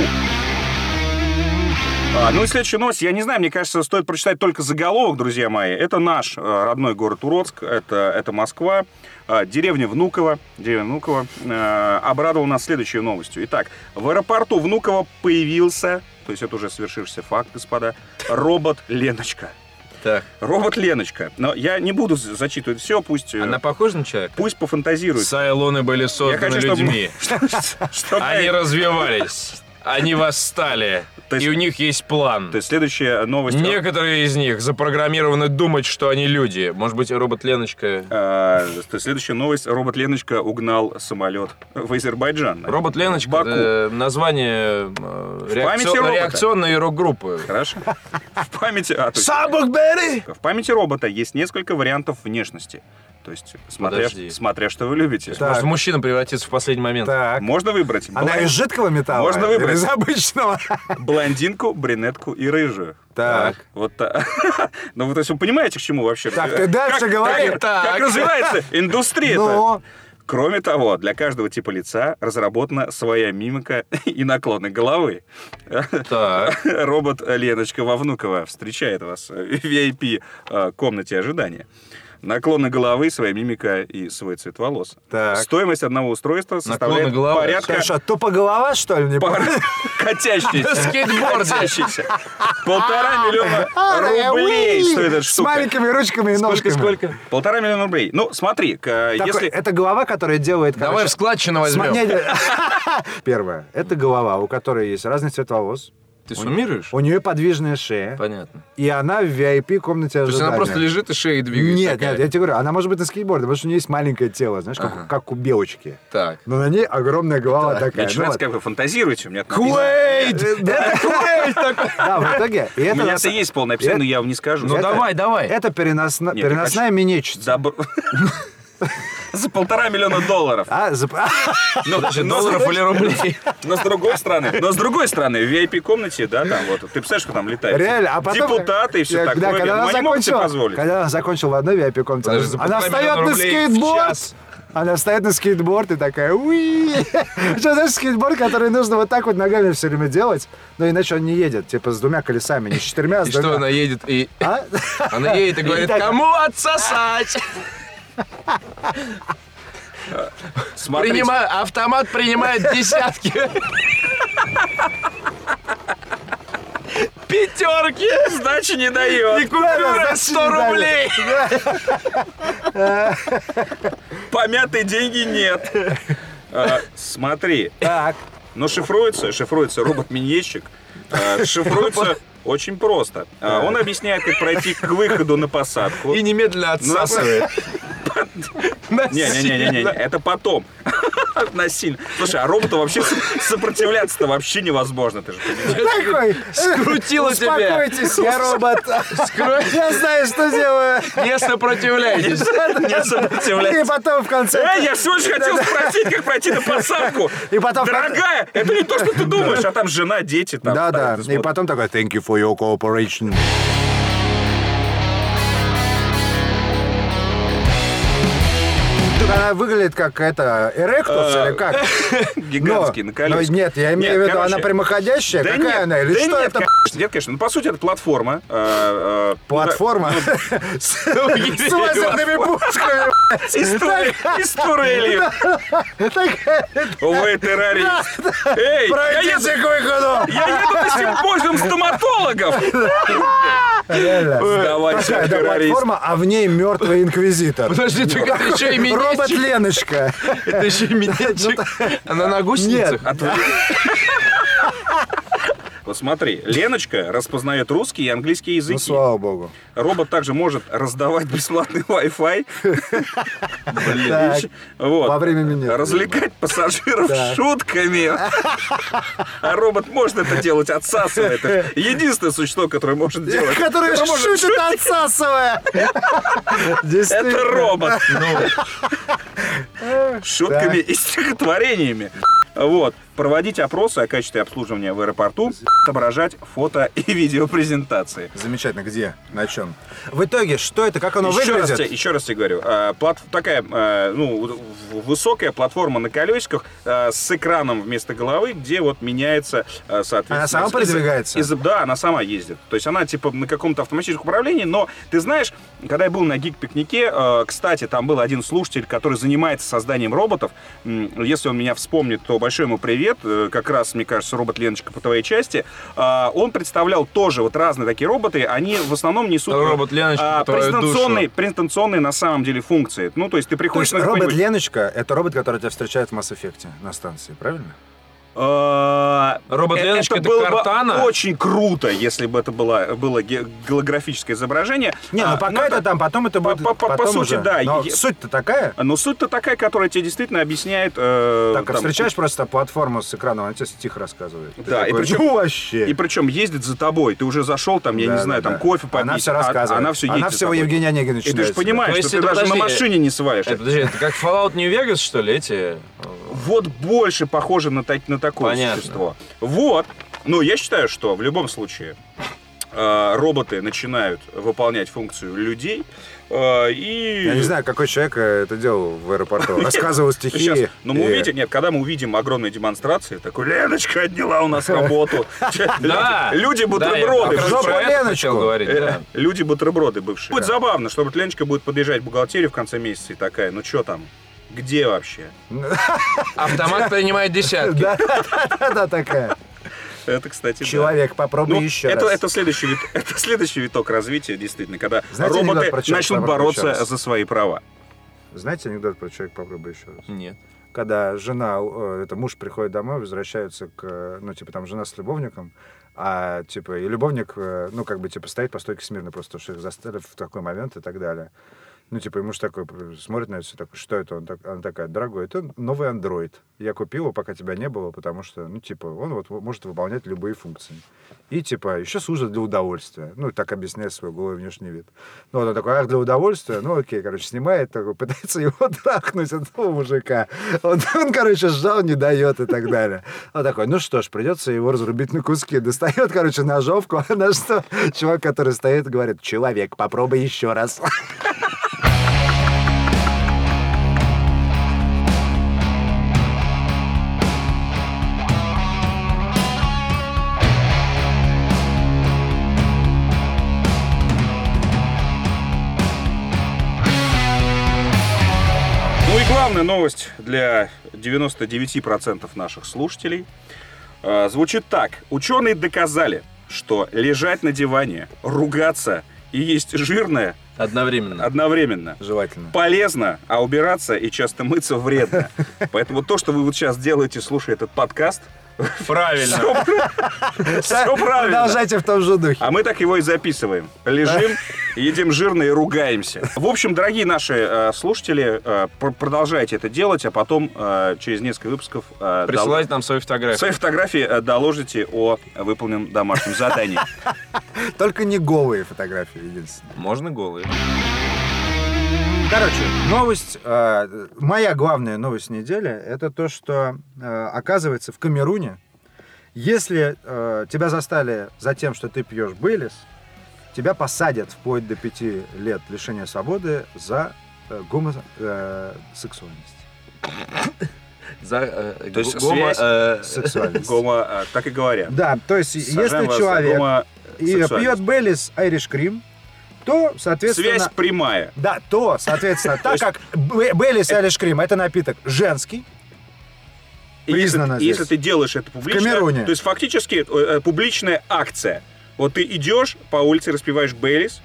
C: А, ну и следующая новость, я не знаю, мне кажется, стоит прочитать только заголовок, друзья мои. Это наш э, родной город Уродск, это, это Москва, э, деревня Внуково. Деревня Внуково э, обрадовала нас следующей новостью. Итак, в аэропорту Внуково появился, то есть это уже свершившийся факт, господа, робот Леночка.
A: Так.
C: Робот Леночка. Но я не буду за- зачитывать все, пусть, э,
A: Она похожа на человека?
C: пусть пофантазирует.
A: Сайлоны были
C: Я
A: созданы
C: хочу, чтобы- (laughs)
A: людьми.
C: Чтобы-
A: Они развивались. Они восстали.
C: То есть-
A: И у них есть план.
C: То есть следующая новость...
A: Некоторые из них запрограммированы думать, что они люди. Может быть, робот Леночка...
C: А, то есть следующая новость. Робот Леночка угнал самолет в Азербайджан. наверное.
A: Робот Леночка
C: Баку.
A: это название э,
C: памяти
A: реакцион-
C: робота.
A: реакционной рок-группы.
C: Хорошо. В памяти... а, то есть
D: Сабукбери!
C: в памяти робота есть несколько вариантов внешности. То есть, смотря,
A: Подожди.
C: смотря что вы любите.
D: Да.
A: Может,
D: Так.
A: мужчина превратится в последний момент.
D: Так.
C: Можно выбрать
D: Она
C: блон-
D: из жидкого металла?
C: Можно
D: или
C: выбрать.
D: Из обычного?
C: блондинку, брюнетку и рыжую.
D: Так.
C: Вот так. (laughs) Ну, вы, то есть, вы понимаете, к чему вообще?
D: Так, ты дальше
C: Как-
D: говори.
C: Как, как развивается индустрия
D: Ну,
C: Кроме того, для каждого типа лица разработана своя мимика (laughs) и наклоны головы.
A: Так.
C: Робот Леночка Вовнукова встречает вас в VIP-комнате э, ожидания. Наклоны головы, своя мимика и свой цвет волос.
D: Так.
C: Стоимость одного устройства составляет
A: головы.
C: порядка...
D: ты что, тупо голова, что ли? Не
C: пар- (laughs)
D: понял? (laughs)
C: Катящийся.
A: (laughs) Скейтборд.
C: Катящийся. Полтора миллиона рублей
D: Уи!
C: стоит эта
D: С
C: штука.
D: маленькими ручками и ножками.
C: Полтора миллиона рублей. Ну, смотри, к-
D: Такой-
C: если...
D: Это голова, которая делает...
A: Давай в
D: короче,
A: складчину возьмем.
D: сма- не, не. (laughs) Первое. Это голова, у которой есть разный цвет волос.
A: Ты суммируешь?
D: У нее подвижная шея.
A: Понятно.
D: И она в VIP-комнате
A: То есть
D: ожидания.
A: она просто лежит и шеей двигает.
D: Нет,
A: такая.
D: нет, я тебе говорю, она может быть на скейтборде, потому что у нее есть маленькое тело, знаешь, как,
A: Ага.
D: как у белочки.
A: Так.
D: Но на ней огромная голова
C: Мне
D: такая.
C: очень
D: ну Э,
C: нравится,
D: ладно.
C: как вы фантазируете. У меня тут написано-
A: Куэйт! (laughs)
D: Это Куэйт такой. Да, в итоге. и
C: У
D: это
C: меня
D: на
C: это есть полное описание, но я вам не скажу.
A: Ну
D: Это- (laughs)
A: давай, давай.
D: Это переносно-
C: Нет,
D: переносная минечица.
C: За б- (laughs) За полтора миллиона долларов.
D: А, за-
C: Ну, но, с
A: Долларов или
C: другой,
A: (laughs) рублей?
C: но с другой стороны, но с другой стороны, в VIP-комнате, да, там вот, ты представляешь, что там
D: (laughs)
C: летает?
D: Реально, а потом...
C: Депутаты и все
D: Я-
C: такое.
D: Да, когда
C: ну,
D: она
C: они могут себе
D: закончила,
C: позволить.
D: когда она закончила в одной vip комнате
A: Подожди, за полтора
D: она встает
A: миллиона
D: на
A: рублей в
D: скейтборд,
A: час.
D: Она встает на скейтборд и такая, уи! (laughs) Что знаешь, скейтборд, который нужно вот так вот ногами все время делать, но иначе он не едет, типа с двумя колесами, не с четырьмя, а с
A: И что,
D: двумя.
A: она едет и...
D: А?
A: (laughs) Она едет и говорит,
D: так-
A: кому отсосать?
C: Смотрите,
A: Принимаю- автомат принимает десятки. Пятерки!
C: сдачи не дает.
A: И купюра
D: значит,
A: 100
D: не дали.
A: рублей!
C: Помятые деньги нет. А, Смотри,
D: Так,
C: но шифруется, шифруется робот-миньетчик, а, шифруется очень просто. А, Он объясняет, как пройти к выходу на посадку. Ну,
A: И немедленно отсасывает.
C: Не-не-не-не, это потом. (laughs) Насильно. Слушай, а роботу вообще с- сопротивляться-то вообще невозможно, ты же понимаешь.
D: такой.
A: Скрутила тебя.
D: Успокойтесь, я робот. Я знаю, что делаю.
A: Не сопротивляйтесь.
C: Не
D: И
C: сопротивляться.
D: потом в конце...
C: Эй, Э, я всего лишь хотел спросить, как пройти на посадку.
D: И потом...
C: Дорогая, это не то, что ты думаешь, а там жена, дети. там.
D: Да-да,
C: это
D: и
C: смотрит.
D: потом такой, thank you for your cooperation. Тут Она выглядит как это, эректус
C: Э,
D: или
C: (laughs)
D: как?
C: Гигантский,
D: Но-
C: на колесах.
D: но нет, я имею
C: Нет,
D: в виду, она
C: короче,
D: прямоходящая,
C: Да
D: какая
C: нет,
D: она, или
C: да
D: что
C: нет,
D: это?
C: конечно, нет, конечно. Ну, по сути, это платформа. э, э,
D: (laughs) Платформа (laughs) с с лазерными пушками.
C: ну,
D: (laughs)
C: да, Из турели- из турели. Увы, террорист. Эй, я еду-
D: Пройдите к выходу.
C: я еду на симпозиум стоматологов.
D: Реально.
C: Сдавайся,
D: Такая, да,
C: террорист.
D: платформа, а в ней мертвый инквизитор.
A: Подожди, ты это еще и
D: Робот
A: минетчик.
D: Леночка.
A: Это еще и минетчик. Она на А, гусеницах.
C: Вот смотри, Леночка распознает русский и английский
D: Ну,
C: языки.
D: слава богу.
C: Робот также может раздавать бесплатный Wi-Fi. (laughs) Блин,
D: Так.
C: видишь? Вот.
D: Во время меня.
C: Развлекать пассажиров
D: Да.
C: шутками. А робот может это делать, отсасывает. Это единственное существо, которое может
D: (laughs)
C: делать.
D: Который
C: Которое может
D: шутит, отсасывая.
C: Это робот. Шутками и стихотворениями. Вот. Проводить опросы о качестве обслуживания в аэропорту, отображать фото и видеопрезентации.
B: Замечательно, где? На чем?
D: В итоге, что это, как оно
C: еще, раз тебе,
D: выглядит?
C: еще раз тебе говорю, э, плат- такая э, ну, в- высокая платформа на колесиках э, с экраном вместо головы, где вот меняется, э, соответственно...
D: Она сама
C: из-
D: передвигается?
C: из- да, она сама ездит. То есть она типа на каком-то автоматическом управлении, но ты знаешь, когда я был на гик-пикнике, э, кстати, там был один слушатель, который занимается созданием роботов. М, Если он меня вспомнит, то большой ему привет. Э, Как раз, мне кажется, робот Леночка по твоей части. Э, Он представлял тоже вот разные такие роботы. Они в основном несут... э,
A: Робот Леночка
C: а,
A: по твою
C: презентационные,
A: душу.
C: презентационные на самом деле функции. Ну, то есть ты
D: То есть
C: приходишь на
D: робот
C: какой-нибудь...
D: Леночка — это робот, который тебя встречает в Mass Effect на станции, правильно?
C: А,
A: Робот
C: э,
A: Леночка это
C: было бы
A: Картана?
C: очень круто, если бы это было, было ге- голографическое изображение.
D: Не,
C: А,
D: ну пока это там, потом это
C: по-
D: будет...
C: по- по- по
D: потом
C: сути,
D: уже.
C: да,
D: Но
C: е-
D: суть-то такая.
C: Но суть-то такая, которая тебе действительно объясняет... э,
D: Так, а
C: там,
D: встречаешь просто платформу с экраном, она тебе стих рассказывает. Ты
C: Да, и
D: такой,
C: причем-
D: «Ну, вообще.
C: И причем ездит за тобой. Ты уже зашел там, я не
D: Да,
C: знаю,
D: да,
C: там
D: да.
C: кофе попить.
D: Она все
C: а-
D: рассказывает.
C: Она все едет за
D: всего
C: тобой.
D: Евгения Онегина
C: И ты же
D: читает.
C: понимаешь,
A: То
C: что
A: есть
C: ты
A: это,
C: даже на
A: подожди,
C: машине не свалишь.
A: Это, подожди, это как Fallout New Vegas, что ли, эти?
C: Вот больше похоже на, так- на такое
A: Понятно.
C: существо. Вот. Но я считаю, что в любом случае э, роботы начинают выполнять функцию людей. э, и... ну,
D: Я не знаю, какой человек э, это делал в аэропорту. Рассказывал стихи. Э,
C: Сейчас. Но мы
D: и-
C: увидим, нет, когда мы увидим огромные демонстрации, такой, Леночка отняла у нас работу. (laughs)
A: Да!
C: Люди
A: Да, я
C: бутерброды.
A: про
D: Жопа
A: это хотел
D: Леночку.
A: говорить, да.
C: Э, Люди бутерброды бывшие. Будет забавно, что вот Леночка будет подъезжать в бухгалтерию в конце месяца и такая, ну что там, где вообще?
A: Автомат принимает десятки.
D: (laughs) Да, такая.
C: Это, кстати, да.
D: Человек, попробуй
C: Ну,
D: еще
C: это,
D: раз.
C: это, следующий вит- (laughs) это следующий виток развития, действительно, когда
D: Знаете анекдот
C: роботы
D: про человека,
C: начнут
D: про
C: бороться
D: Чарльза?
C: за свои права.
D: Знаете анекдот про человек, попробуй еще раз?
A: Нет.
D: Когда жена, э, это муж приходит домой, возвращаются к, э, ну, типа, там жена с любовником, а, типа, и любовник, э, ну, как бы, типа, стоит по стойке смирно, просто потому что их застали в такой момент и так далее. Ну, типа, и муж такой э, смотрит на это все, такой, что это? Он так, она такая, дорогой, это новый андроид. Я купил его, пока тебя не было, потому что, ну, типа, он вот может выполнять любые функции. И, типа, еще служит для удовольствия. Ну, так объясняет свой голый внешний вид. Ну, вот он такой, ах, для удовольствия, ну, окей, короче, снимает, такой, (laughs) пытается его трахнуть, этого мужика. Он, (laughs) он, короче, сжал, не дает и так далее. Он такой, ну что ж, придется его разрубить на куски. (laughs) Достает, короче, ножовку, а на что чувак, который стоит, говорит, человек, попробуй еще раз.
C: Ну И главная новость для 99% наших слушателей э, звучит так. Ученые доказали, что лежать на диване, ругаться и есть жирное
A: Одновременно.
C: одновременно
D: Желательно.
C: полезно, а убираться и часто
D: (laughs)
C: мыться вредно. Поэтому то, что вы вот сейчас делаете, слушая этот подкаст,
A: Правильно.
C: все Ну, правильно.
D: Продолжайте в том же духе.
C: А мы так его и записываем. Лежим, едим жирно и ругаемся. В общем, дорогие наши э, слушатели, э, пр- продолжайте это делать, а потом э, через несколько выпусков э, дол-
A: Присылайте нам свои
C: свои
A: фотографии.
C: фотографии э, доложите о выполненном домашнем задании.
D: Только не голые фотографии, единственное.
A: Можно голые.
D: Короче, новость, э, моя главная новость недели, это то, что э, оказывается в Камеруне, если э, тебя застали за тем, что ты пьешь Бейлис, тебя посадят вплоть до пяти лет лишения свободы за э,
C: (laughs)
D: гомосексуальность.
A: За, э,
C: То есть гомо- связь-
D: Сексуальность.
C: Гомо, э, так и говорят.
D: Да, то есть,
C: Сажаем вас
D: если
C: за
D: человек
C: гомо-
D: и пьет
C: сексуальность.
D: Бейлис Айриш Крим, то, соответственно...
C: Связь прямая.
D: Да, то,
C: (laughs)
D: соответственно, так как Б- Бейлис и Алиш Крим это напиток женский,
C: И если-
D: Признано
C: и
D: здесь.
C: Если ты делаешь это публично,
D: Камеруне.
C: то есть фактически э, э, публичная акция. Вот ты идешь по улице, распиваешь Бейлис,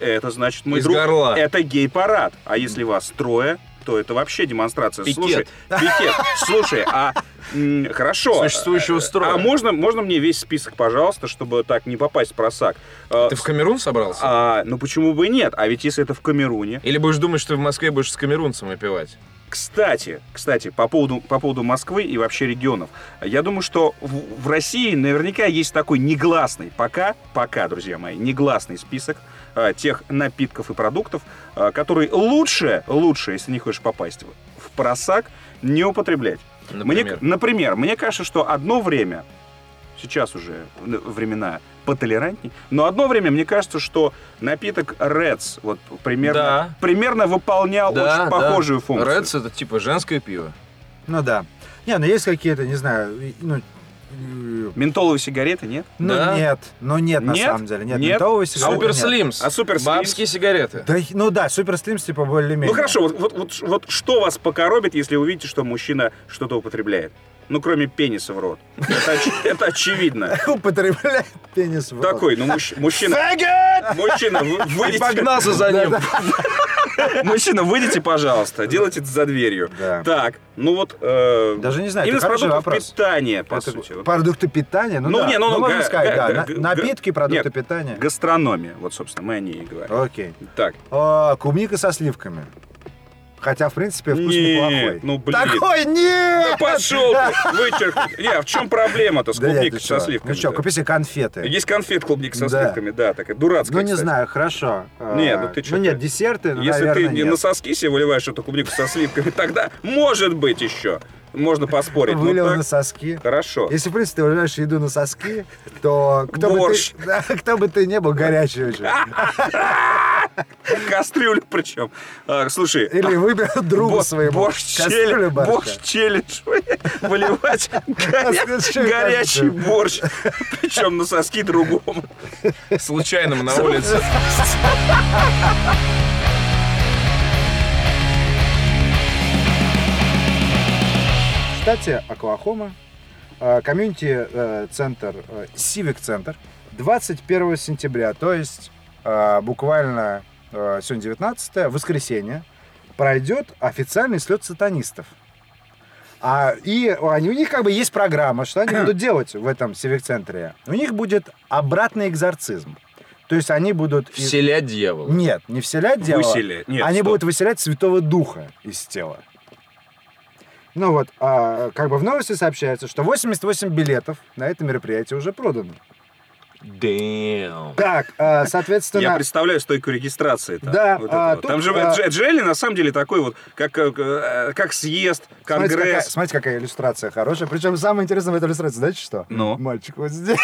C: это значит, мой
A: Из
C: друг,
A: горла.
C: это гей-парад. А если вас трое, то это вообще демонстрация.
A: Пикет.
C: Слушай, пикет. Слушай, а м, хорошо.
A: Существующего
C: Э,
A: строя.
C: А можно, можно мне весь список, пожалуйста, чтобы так не попасть в просак? Э,
A: Ты в Камерун собрался?
C: а, ну почему бы и нет? А ведь если это в Камеруне,
A: Или будешь думать, что ты в Москве будешь с камерунцем выпивать?
C: Кстати, кстати, по поводу, по поводу Москвы и вообще регионов. Я думаю, что в, в России наверняка есть такой негласный, пока, пока, друзья мои, негласный список э, тех напитков и продуктов, э, которые лучше, лучше, если не хочешь попасть в, в просак, не употреблять.
A: Например.
C: Мне, например, мне кажется, что одно время, сейчас уже н- времена потолерантней, но одно время мне кажется, что напиток Reds вот примерно,
A: Да.
C: примерно выполнял очень похожую функцию.
A: Редс это типа женское пиво.
D: ну да. Не, ну есть какие-то, не знаю, и- ну, и-
C: Ментоловые сигареты, нет?
D: ну
A: Да?
D: нет, ну нет, на
C: Нет?
D: самом деле, нет,
C: Нет?
D: ментолового сигареты
A: Супер
D: нет.
A: Слимс.
C: А Супер Слимс?
A: Бабские (laughs) сигареты.
D: Да, ну да, Супер Слимс типа более-менее.
C: Ну хорошо, вот, вот, вот, ш- вот что вас покоробит, если увидите, что мужчина что-то употребляет? Ну, кроме пениса в рот. Это, оч- (laughs) это очевидно.
D: (laughs) Употребляет пенис в рот.
C: Такой, ну, мужч- мужчина... Мужчина, вы- (laughs)
A: И
C: выйдите...
A: погнался за ним.
D: (laughs)
C: Мужчина, выйдите, пожалуйста. Делайте это за дверью.
D: Да.
C: Так, ну вот... э,
D: Даже не знаю,
C: Именно
D: это
C: с
D: хороший
C: продуктов
D: вопрос.
C: питания, по
D: Это
C: сути. Вот
D: Продукты питания, ну,
C: Ну,
D: да.
C: не, ну, ну,
D: можно
C: га-
D: сказать,
C: га-
D: да,
C: га-
D: на- напитки, продукты
C: нет,
D: питания.
C: Гастрономия, вот, собственно, мы о ней и говорим.
D: Окей.
C: Так.
D: А, клубника со сливками. Хотя, в принципе, вкус
C: Нет,
D: неплохой.
C: ну, блин.
D: Такой нет!
C: Пошел ты, вычеркни. Не, а в чем проблема-то с
D: Да нет,
C: клубникой
D: ты
C: со
D: чё?
C: сливками?
D: Ну что, купи себе конфеты.
C: Есть конфет клубник со
D: Да.
C: сливками, да, такая дурацкая.
D: Ну не
C: кстати.
D: знаю, хорошо. А,
C: Не, ну ты чё
D: Ну нет,
C: ты?
D: десерты, ну,
C: Если ты
D: наверное,
C: не
D: нет.
C: на соски себе выливаешь эту клубнику со сливками, тогда может быть еще. Можно поспорить. но
D: Вылил
C: ну так
D: на соски.
C: Хорошо.
D: Если, в принципе, ты выбираешь еду на соски, то кто,
C: Борщ.
D: Бы ты, (laughs) да, кто бы ты ни был, горячий очень.
C: Кастрюлю причем. А, Слушай.
D: Или выберут друга
C: бо-
D: своего.
C: борщ челлендж,
D: Кастрюлю борща.
C: борщ челлендж. Выливать горя-
D: (laughs) Кастрюлю,
C: горячий
D: кастрюлю.
C: борщ. Причем на соски другому.
A: Случайным на улице.
D: В штате Оклахома э, комьюнити-центр, Сивик-центр 21 сентября, то есть э, буквально э, сегодня 19 воскресенье, пройдет официальный слет сатанистов. А, и они, у них как бы есть программа, что они будут делать в этом Сивик-центре. У них будет обратный экзорцизм. То есть они будут... из-
A: Вселять дьявола.
D: Нет, не вселять дьявола.
C: Высели. Нет,
D: Они
C: стоп.
D: будут выселять Святого Духа из тела. Ну вот, а, как бы в новости сообщается, что 88 билетов на это мероприятие уже продано.
A: Damn.
D: Так, а, соответственно...
C: (laughs) Я представляю стойку регистрации. Там,
D: Да,
C: Вот
D: а,
C: это вот.
D: тут,
C: там же
D: а-
C: Дж- Джелли на самом деле такой вот, как, как, э, как съезд,
D: Смотрите какая,
C: конгресс.
D: смотрите, какая иллюстрация (laughs) хорошая. Причем самое интересное в этой иллюстрации, знаете что?
C: Ну?
D: Мальчик вот здесь.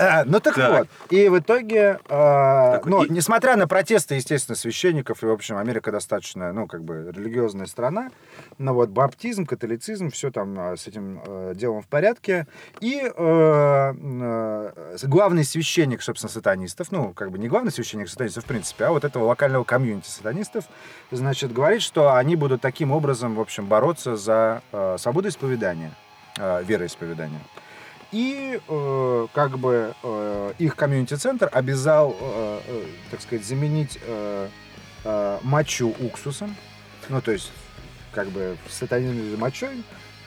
D: Э, Ну так,
C: Так.
D: вот. И в итоге, э, ну,
C: и-
D: несмотря на протесты, естественно, священников, и, в общем, Америка достаточно, ну, как бы, религиозная страна, но вот баптизм, католицизм, все там э, с этим э, делом в порядке. И э, э, главный священник, собственно, сатанистов, ну, как бы не главный священник сатанистов, в принципе, а вот этого локального комьюнити сатанистов, значит, говорит, что они будут таким образом, в общем, бороться за э, свободу исповедания, э, вероисповедания. И э, как бы э, их комьюнити-центр обязал, э, э, так сказать, заменить э, э, мочу уксусом. Ну, то есть, как бы сатанизм мочой.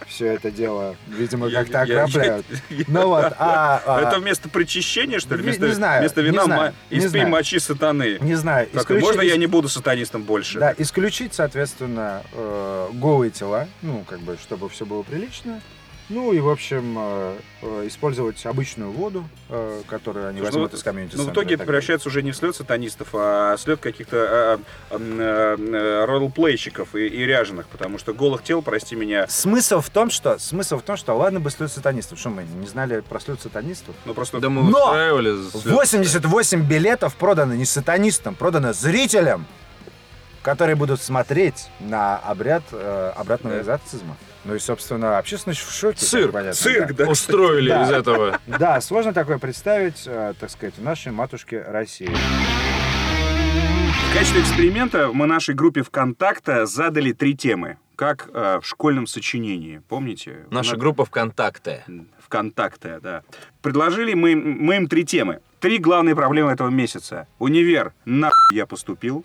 D: Все это дело, видимо,
C: Я-
D: как-то
C: я- я-
D: окропляют. Ну вот, а, а,
C: (laughs) Это вместо причащения, что ли?
D: не-
C: Вместо,
D: не знаю,
C: вместо
D: не
C: вина
D: знаю,
C: ма-
D: не
C: испей
D: знаю.
C: мочи сатаны.
D: а, не знаю,
C: Как,
D: исключи-
C: можно я не буду сатанистом больше?
D: Да, исключить, соответственно, э, голые тела, ну, как бы, чтобы все было прилично. Ну и, в общем, э, э, использовать обычную воду, э, которую они
C: Слушай, ну
D: возьмут
C: вот-
D: из комьюнити
C: Ну, в итоге это превращается уже не в слет сатанистов, а слет каких-то а, м, э, м, э, ролплейщиков и, и ряженых, потому что голых тел, прости меня,
D: Смысл в том, что смысл в том, что ладно бы слет сатанистов, что мы не знали про слет сатанистов.
C: ну просто...
A: Да мы
D: Но!
A: устраивали за слёт.
D: 88 билетов продано не сатанистам, продано зрителям, которые будут смотреть на обряд э, обратного
C: Да.
D: экзорцизма. Ну и, собственно, общественность в шоке. как
A: Цирк,
D: понятно,
C: Цирк,
A: (laughs)
C: да.
A: Устроили
D: Да.
A: из этого.
D: да. Да, сложно такое представить, э, так сказать, в нашей матушке России.
C: В качестве эксперимента мы нашей группе ВКонтакта задали три темы, как э, в школьном сочинении, помните?
A: (laughs) Наша
C: Она-
A: группа ВКонтакте.
C: ВКонтакте, да. Предложили мы, им- мы им три темы. Три главные проблемы этого месяца. Универ, нахуй я поступил.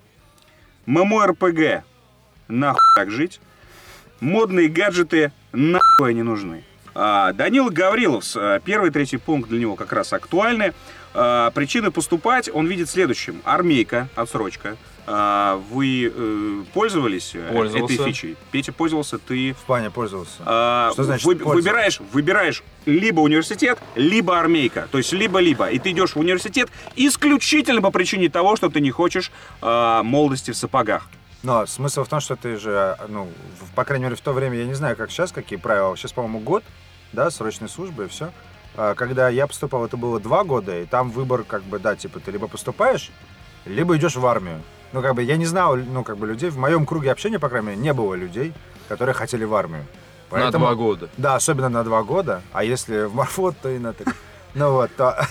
C: ММО-РПГ, нахуй так жить. Модные гаджеты, нахуй они нужны. А, Данила Гаврилов, с, э, первый и третий пункт для него как раз актуальны. А, Причины поступать он видит следующим. Армейка, отсрочка. А, Вы э, пользовались э,
A: Пользовался.
C: этой фичей? Петя пользовался, ты...
D: В плане пользовался.
C: А,
D: Что значит
C: вы-
D: пользоваться?
C: выбираешь, выбираешь либо университет, либо армейка. То есть либо-либо. И ты идешь в университет исключительно по причине того, что ты не хочешь а, молодости в сапогах.
D: Но смысл в том, что ты же, ну, в- по крайней мере, в то время, я не знаю, как сейчас, какие правила. Сейчас, по-моему, год, да, срочной службы и все. Когда я поступал, это было два года, и там выбор, как бы, да, типа, ты либо поступаешь, либо идешь в армию. Ну, как бы, я не знал, ну, как бы, людей, в моем круге общения, по крайней мере, не было людей, которые хотели в армию.
A: На два года.
D: Да, особенно на два года, а если в Морфот, то и на три. Ну вот, то,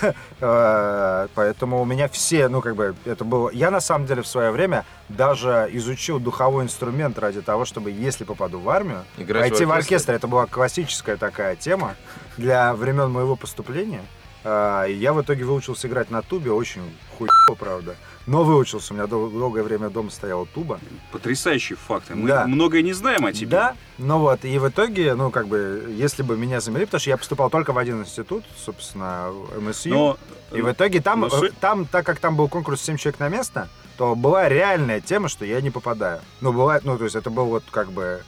D: э, поэтому у меня все, ну как бы, это было... Я на самом деле в свое время даже изучил духовой инструмент ради того, чтобы, если попаду в армию,
A: Играть
D: пойти
A: в
D: в оркестр.
A: оркестр.
D: Это была классическая такая тема для времен моего поступления. А, и Я в итоге выучился играть на тубе, очень хуево, правда. Но выучился, у меня дол- долгое время дома стояла туба.
C: Потрясающие факты. Мы
D: Да.
C: многое не знаем о тебе.
D: Да, ну вот, и в итоге, ну, как бы, если бы меня замели, потому что я поступал только в один институт, собственно, в МСЮ,
C: Но
D: и в итоге там,
C: но
D: э,
C: суть-
D: там, так как там был конкурс 7 человек на место, то была реальная тема, что я не попадаю. Ну, была, ну, то есть это был вот как бы...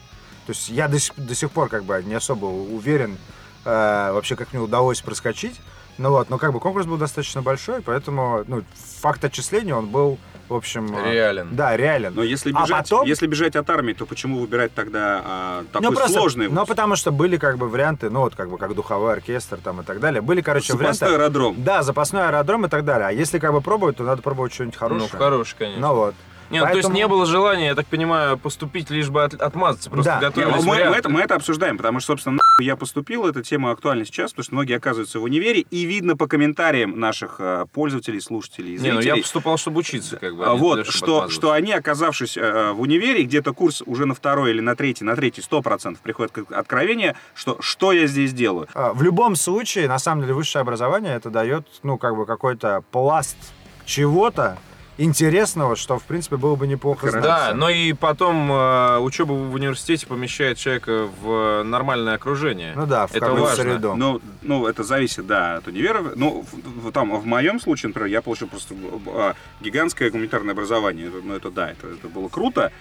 D: То есть я до сих, до сих пор как бы не особо уверен э, вообще, как мне удалось проскочить. Ну вот, но как бы конкурс был достаточно большой, поэтому, ну, факт отчисления, он был, в общем... э,
A: Реален.
D: Да, реален.
C: но если
D: А
C: бежать,
D: потом-
C: если бежать от армии, то почему выбирать тогда а, такой сложный
D: Ну,
C: вуз?
D: потому что были как бы варианты, ну, вот как бы как духовой оркестр там и так далее. Были, короче,
C: Запасной
D: варианты.
C: аэродром.
D: Да, запасной аэродром и так далее. А если как бы пробовать, то надо пробовать что-нибудь
A: Ну,
D: хорошее.
A: хороший, конечно.
D: Ну вот.
A: Не, ну, то есть
D: Поэтому-
A: не было желания, я так понимаю, поступить, лишь бы от- отмазаться. Просто
D: Да.
C: Не, ну,
A: готовились
C: мы, мы
A: варианты.
C: это, мы это обсуждаем, потому что, собственно, нахуй я поступил, эта тема актуальна сейчас, потому что многие оказываются в универе, и видно по комментариям наших э, пользователей, слушателей, и
A: Не, ну я
C: зрителей,
A: поступал, чтобы учиться, как бы. а
C: а
A: не
C: вот,
A: для того, чтобы
C: что,
A: отмазываться.
C: что они, оказавшись э, в универе, где-то курс уже на второй или на третий, на третий, сто процентов приходит к откровение, что что я здесь делаю.
D: А, В любом случае, на самом деле, высшее образование это дает, ну, как бы какой-то пласт чего-то интересного, что, в принципе, было бы неплохо знать.
A: Да, ну, но и потом э, учеба в университете помещает человека в э, нормальное окружение.
D: Ну да, в
A: Это
D: какую-то
A: важно.
D: среду.
C: Ну, ну, это зависит, да, от универа. Ну, в- в- там, в моем случае, например, а, я получил просто э, гигантское гуманитарное образование. Это- Ну, это да, это, это было круто.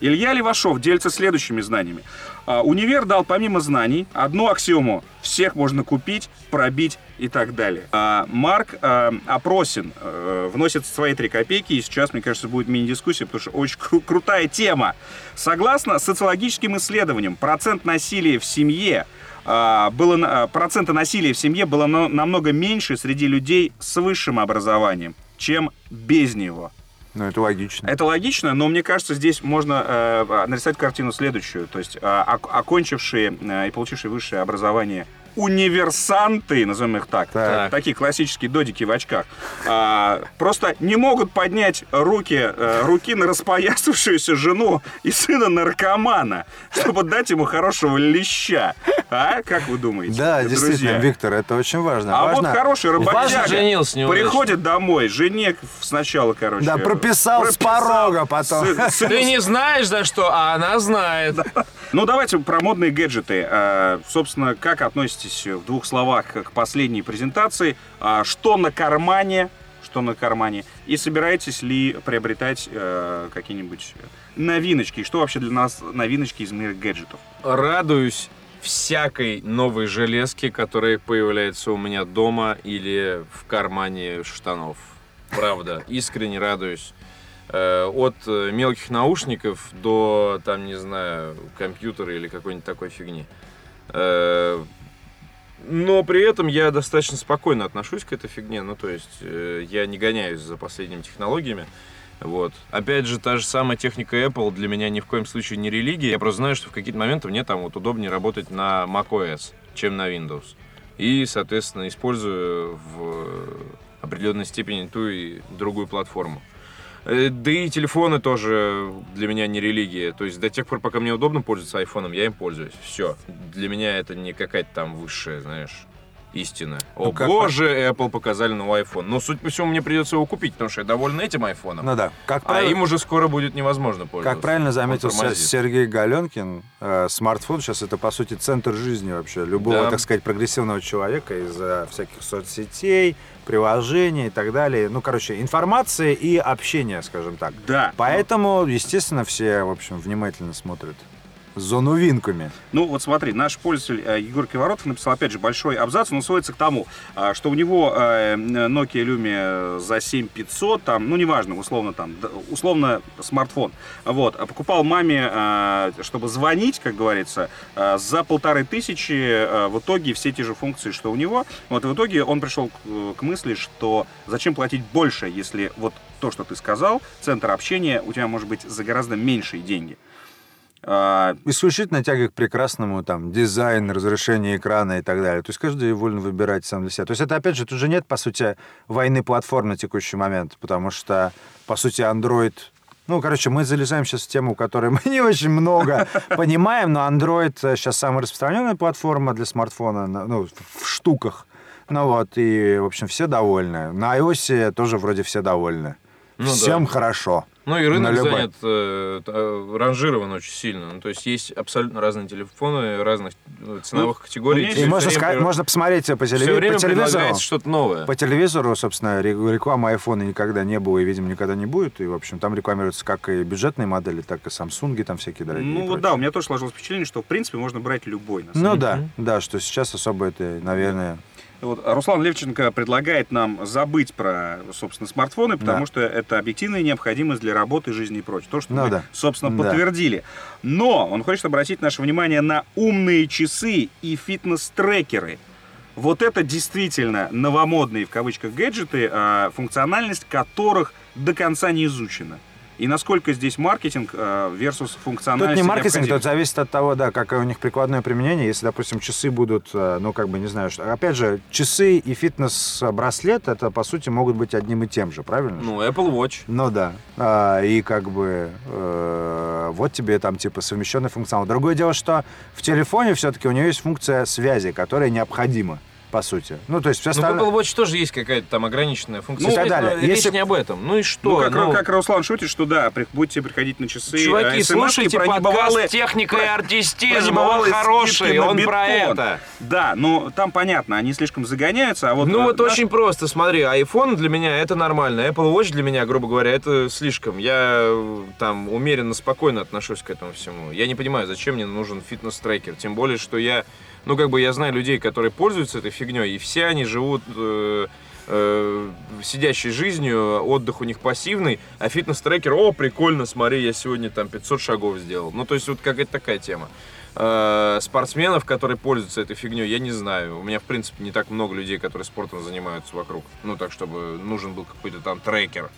C: Илья Левашов делится следующими знаниями. А, Универ дал помимо знаний одну аксиому. Всех можно купить, пробить и так далее. А, Марк а, Опросин э, вносит свои три копейки. И сейчас, мне кажется, будет мини-дискуссия, потому что очень кру- крутая тема. Согласно социологическим исследованиям, процент насилия в семье а, было, на- а, процента насилия в семье было на- намного меньше среди людей с высшим образованием, чем без него.
D: Ну, это логично.
C: Это логично, но мне кажется, здесь можно э, нарисовать картину следующую. То есть э, ок- окончившие э, и получившие высшее образование универсанты, назовем их так,
D: Так.
C: такие классические додики в очках, а, просто не могут поднять руки, э, руки на распоясавшуюся жену и сына наркомана, чтобы дать ему хорошего леща. А, как вы думаете,
D: Да,
C: друзья?
D: действительно, Виктор, это очень важно.
C: А
D: важно.
C: вот хороший работяга
A: женился неудачно.
C: приходит домой, жене сначала, короче.
D: Да, прописал с порога потом.
C: Сы- сы-
A: Ты не знаешь, за что, а она знает.
C: Ну, давайте про модные гаджеты. А, Собственно, как относитесь в двух словах к последней презентации? А, Что на кармане? Что на кармане? И собираетесь ли приобретать э, какие-нибудь новиночки? И Что вообще для нас новиночки из мира гаджетов?
A: Радуюсь всякой новой железке, которая появляется у меня дома или в кармане штанов. Правда, искренне радуюсь. Э, От э, мелких наушников до, там, не знаю, компьютера или какой-нибудь такой фигни. Э, Но при этом я достаточно спокойно отношусь к этой фигне. Ну, то есть, э, я не гоняюсь за последними технологиями. Вот. Опять же, та же самая техника Apple для меня ни в коем случае не религия. Я просто знаю, что в какие-то моменты мне там вот удобнее работать на macOS, чем на Windows. И, соответственно, использую в определенной степени ту и другую платформу. Э, Да и телефоны тоже для меня не религия. То есть до тех пор, пока мне удобно пользоваться айфоном, я им пользуюсь. Все. Для меня это не какая-то там высшая, знаешь, истина. О
D: как
A: боже, Apple показали новый iPhone. Но, судя по всему, мне придется его купить, потому что я доволен этим айфоном.
D: (laughs) Ну да. Как
A: А
D: правило-
A: им уже скоро будет невозможно пользоваться.
D: Как правильно заметил
A: Он тормозит.
D: Се- Сергей Галенкин, э, смартфон сейчас это, по сути, центр жизни вообще любого,
A: Да.
D: так сказать, прогрессивного человека из-за всяких соцсетей, приложений и так далее. Ну, короче, информация и общение, скажем так.
C: Да.
D: Поэтому, естественно, все, в общем, внимательно смотрят за новинками.
C: Ну вот смотри, наш пользователь э, Егор Киворотов написал, опять же, большой абзац, он сводится к тому, а, что у него э, Nokia Lumia за 7500, там, ну неважно, условно там, д- условно смартфон, вот, а покупал маме, э, чтобы звонить, как говорится, э, за полторы тысячи, э, в итоге все те же функции, что у него, вот, и в итоге он пришел к, э, к мысли, что зачем платить больше, если вот то, что ты сказал, центр общения у тебя может быть за гораздо меньшие деньги. А,
D: Исключительно тяга к прекрасному, там, дизайн, разрешение экрана и так далее. То есть каждый волен выбирать сам для себя. То есть это, опять же, тут же нет, по сути, войны платформ на текущий момент, потому что, по сути, Android... Ну, короче, мы залезаем сейчас в тему, которую мы не
A: (laughs)
D: очень много понимаем, но Android э, сейчас самая распространенная платформа для смартфона, на- ну, в в штуках. Ну вот, и, в общем, все довольны. На iOS тоже вроде все довольны.
A: Ну да.
D: Всем хорошо.
A: Ну и рынок
D: На любой.
A: занят, э, т- э, ранжирован очень сильно. Ну, то есть есть абсолютно разные телефоны разных э, ценовых категорий.
C: у меня
A: Тебе
D: И Ну, можно,
A: всё
D: ска-
A: время-
D: можно посмотреть по, телеви-
A: всё время
D: по телевизору.
A: предлагается что-то новое.
D: По телевизору, собственно, ре- рекламы айфона никогда не было и, видимо, никогда не будет. И, в общем, там рекламируются как и бюджетные модели, так и самсунги там всякие дорогие. и
C: Ну вот
D: прочее.
C: да, у меня тоже сложилось впечатление, что в принципе можно брать любой. на самом
D: Ну
A: Мгм.
D: да, да, что сейчас особо это, наверное...
C: Вот Руслан Левченко предлагает нам забыть про, собственно, смартфоны, потому
D: Да.
C: что это объективная необходимость для работы, жизни и прочее. То, что
D: Ну
C: мы,
D: да.
C: собственно,
D: Да.
C: подтвердили. Но он хочет обратить наше внимание на умные часы и фитнес-трекеры. Вот это действительно новомодные, в кавычках, гаджеты, а, функциональность которых до конца не изучена. И насколько здесь маркетинг а, versus
D: Тут
C: функциональность
D: не
C: и
D: маркетинг, тут
C: необходимость.
D: зависит от того, да, какое у них прикладное применение. Если, допустим, часы будут, э, ну, как бы, не знаю, что... Опять же, часы и фитнес-браслет, это, по сути, могут быть одним и тем же, правильно?
A: Ну, Apple Watch.
D: Ну да. А, и как бы э, вот тебе там типа совмещенный функционал. Другое дело, что в телефоне все-таки у нее есть функция связи, которая необходима. по сути. Ну, то есть все
A: Ну,
D: остальное...
A: Apple Watch тоже есть какая-то там ограниченная функция.
D: Ну,
A: Речь-
D: и так далее.
A: Речь
D: Если-
A: не об этом. Ну и что?
C: Ну, как,
A: Ну,
C: как Руслан шутит, что да, при- будете приходить на часы.
A: Чуваки,
C: э, смс-ки
A: слушайте
C: про
A: подкаст
C: небывалые-
A: «Техника и
C: про- про
A: артистизм»,
C: небывалые
A: он
C: скидки
A: хороший,
C: на
A: он про
C: бетон.
A: это.
C: Да, но там понятно, они слишком загоняются, а вот...
A: ну
C: э,
A: вот
C: наш-
A: очень просто, смотри, iPhone для меня это нормально, Apple Watch для меня, грубо говоря, это слишком. Я э, там умеренно, спокойно отношусь к этому всему. Я не понимаю, зачем мне нужен фитнес-трекер, тем более, что я, ну как бы я знаю людей, которые пользуются этой фигней, и все они живут э, э, сидящей жизнью, отдых у них пассивный, а фитнес-трекер, о, прикольно, смотри, я сегодня там 500 шагов сделал. Ну то есть вот какая-то такая тема. Э, спортсменов, которые пользуются этой фигней, я не знаю. У меня, в принципе, не так много людей, которые спортом занимаются вокруг. Ну, так, чтобы нужен был какой-то там трекер.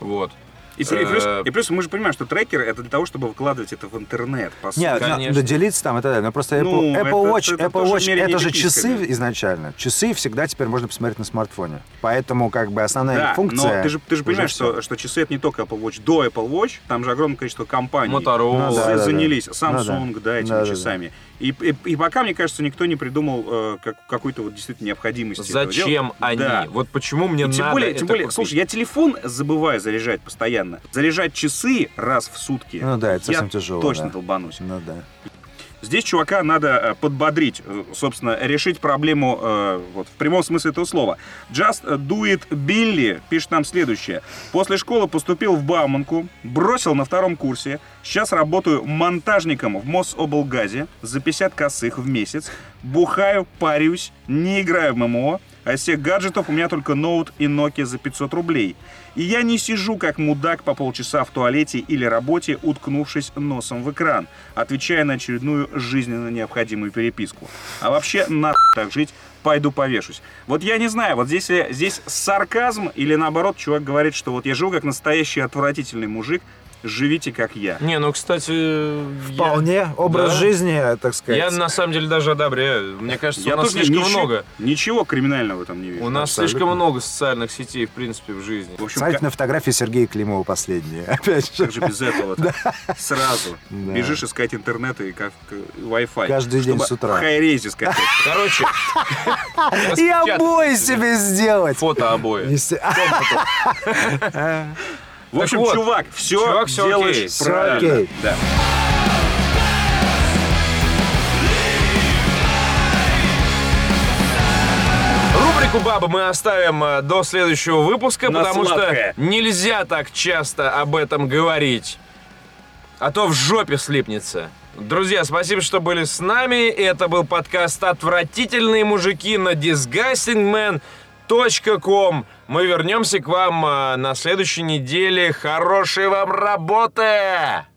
A: Вот.
C: И, и плюс,
A: э,
C: и плюс мы же понимаем, что трекер это для того, чтобы выкладывать это в интернет, по сути.
D: Нет,
A: Конечно.
D: на- да ну, делиться там и так далее. Но просто Apple,
C: Ну,
D: Apple
C: это-
D: Watch,
C: это- это
D: Apple
C: тоже
D: Watch
C: мере
D: это же
C: нетипичное,
D: часы
C: да.
D: изначально. Часы всегда теперь можно посмотреть на смартфоне. Поэтому как бы основная
C: Да,
D: их функция.
C: но ты же, ты же
D: уже
C: понимаешь,
D: всё.
C: что, что часы это не только Apple Watch. До Apple Watch там же огромное количество компаний
A: Motorola.
D: Ну, да.
C: занялись.
D: да.
C: Samsung, да, этими
D: Да, да, да.
C: часами. И, и- и пока, мне кажется, никто не придумал э, как- какой-то вот действительно необходимости. этого дела.
A: Зачем они?
C: Да.
A: Вот почему мне
C: И
A: надо
C: тем более,
A: это
C: тем более,
A: купить?
C: слушай, я телефон забываю заряжать постоянно. Заряжать часы раз в сутки.
D: Ну да, это
C: я
D: совсем тяжело.
C: точно
D: да.
C: долбанусь.
D: Ну да.
C: Здесь чувака надо э, подбодрить, э, собственно, решить проблему э, вот, в прямом смысле этого слова. Just do it Billy пишет нам следующее. После школы поступил в Бауманку, бросил на втором курсе. Сейчас работаю монтажником в Мособлгазе за 50 косых в месяц. Бухаю, парюсь, не играю в ММО. А из всех гаджетов у меня только ноут и Nokia за 500 рублей. И я не сижу как мудак по полчаса в туалете или работе, уткнувшись носом в экран, отвечая на очередную жизненно необходимую переписку. А вообще, на так жить, пойду повешусь. Вот я не знаю, вот здесь, ли- здесь сарказм или наоборот, чувак говорит, что вот я живу как настоящий отвратительный мужик, живите как я.
A: Не, ну, кстати... я-
D: Вполне образ
A: Да.
D: жизни, так сказать.
A: Я, на самом деле даже одобряю. Мне кажется,
C: я
A: у нас
C: тоже
A: слишком
C: ничего,
A: много.
C: Ничего криминального в этом не вижу.
A: У нас
D: абсолютно.
A: слишком много социальных сетей, в принципе, в жизни.
C: В общем,
D: Смотрите
C: как-
D: на фотографии Сергея Климова последние. Опять же.
C: как же без этого
D: (laughs)
C: Сразу
D: Да.
C: бежишь искать интернет и как э, Wi-Fi.
D: Каждый день
C: чтобы
D: с утра.
C: хайрейзи скачать. (laughs)
A: Короче,
D: Я
A: распечатать
D: бой себе сделать.
A: фото обои.
D: Если- А,
C: В общем,
A: вот,
C: чувак, все
A: чувак, всё
C: делаешь
A: окей, всё
C: правильно.
D: окей.
C: Да.
A: Рубрику «Бабы» мы оставим э, до следующего выпуска,
C: На
A: потому
C: сладкое.
A: что нельзя так часто об этом говорить. А то в жопе слипнется. Друзья, спасибо, что были с нами. Это был подкаст «Отвратительные мужики» на disgustingman.com. Мы вернемся к вам э, на следующей неделе. Хорошей вам работы!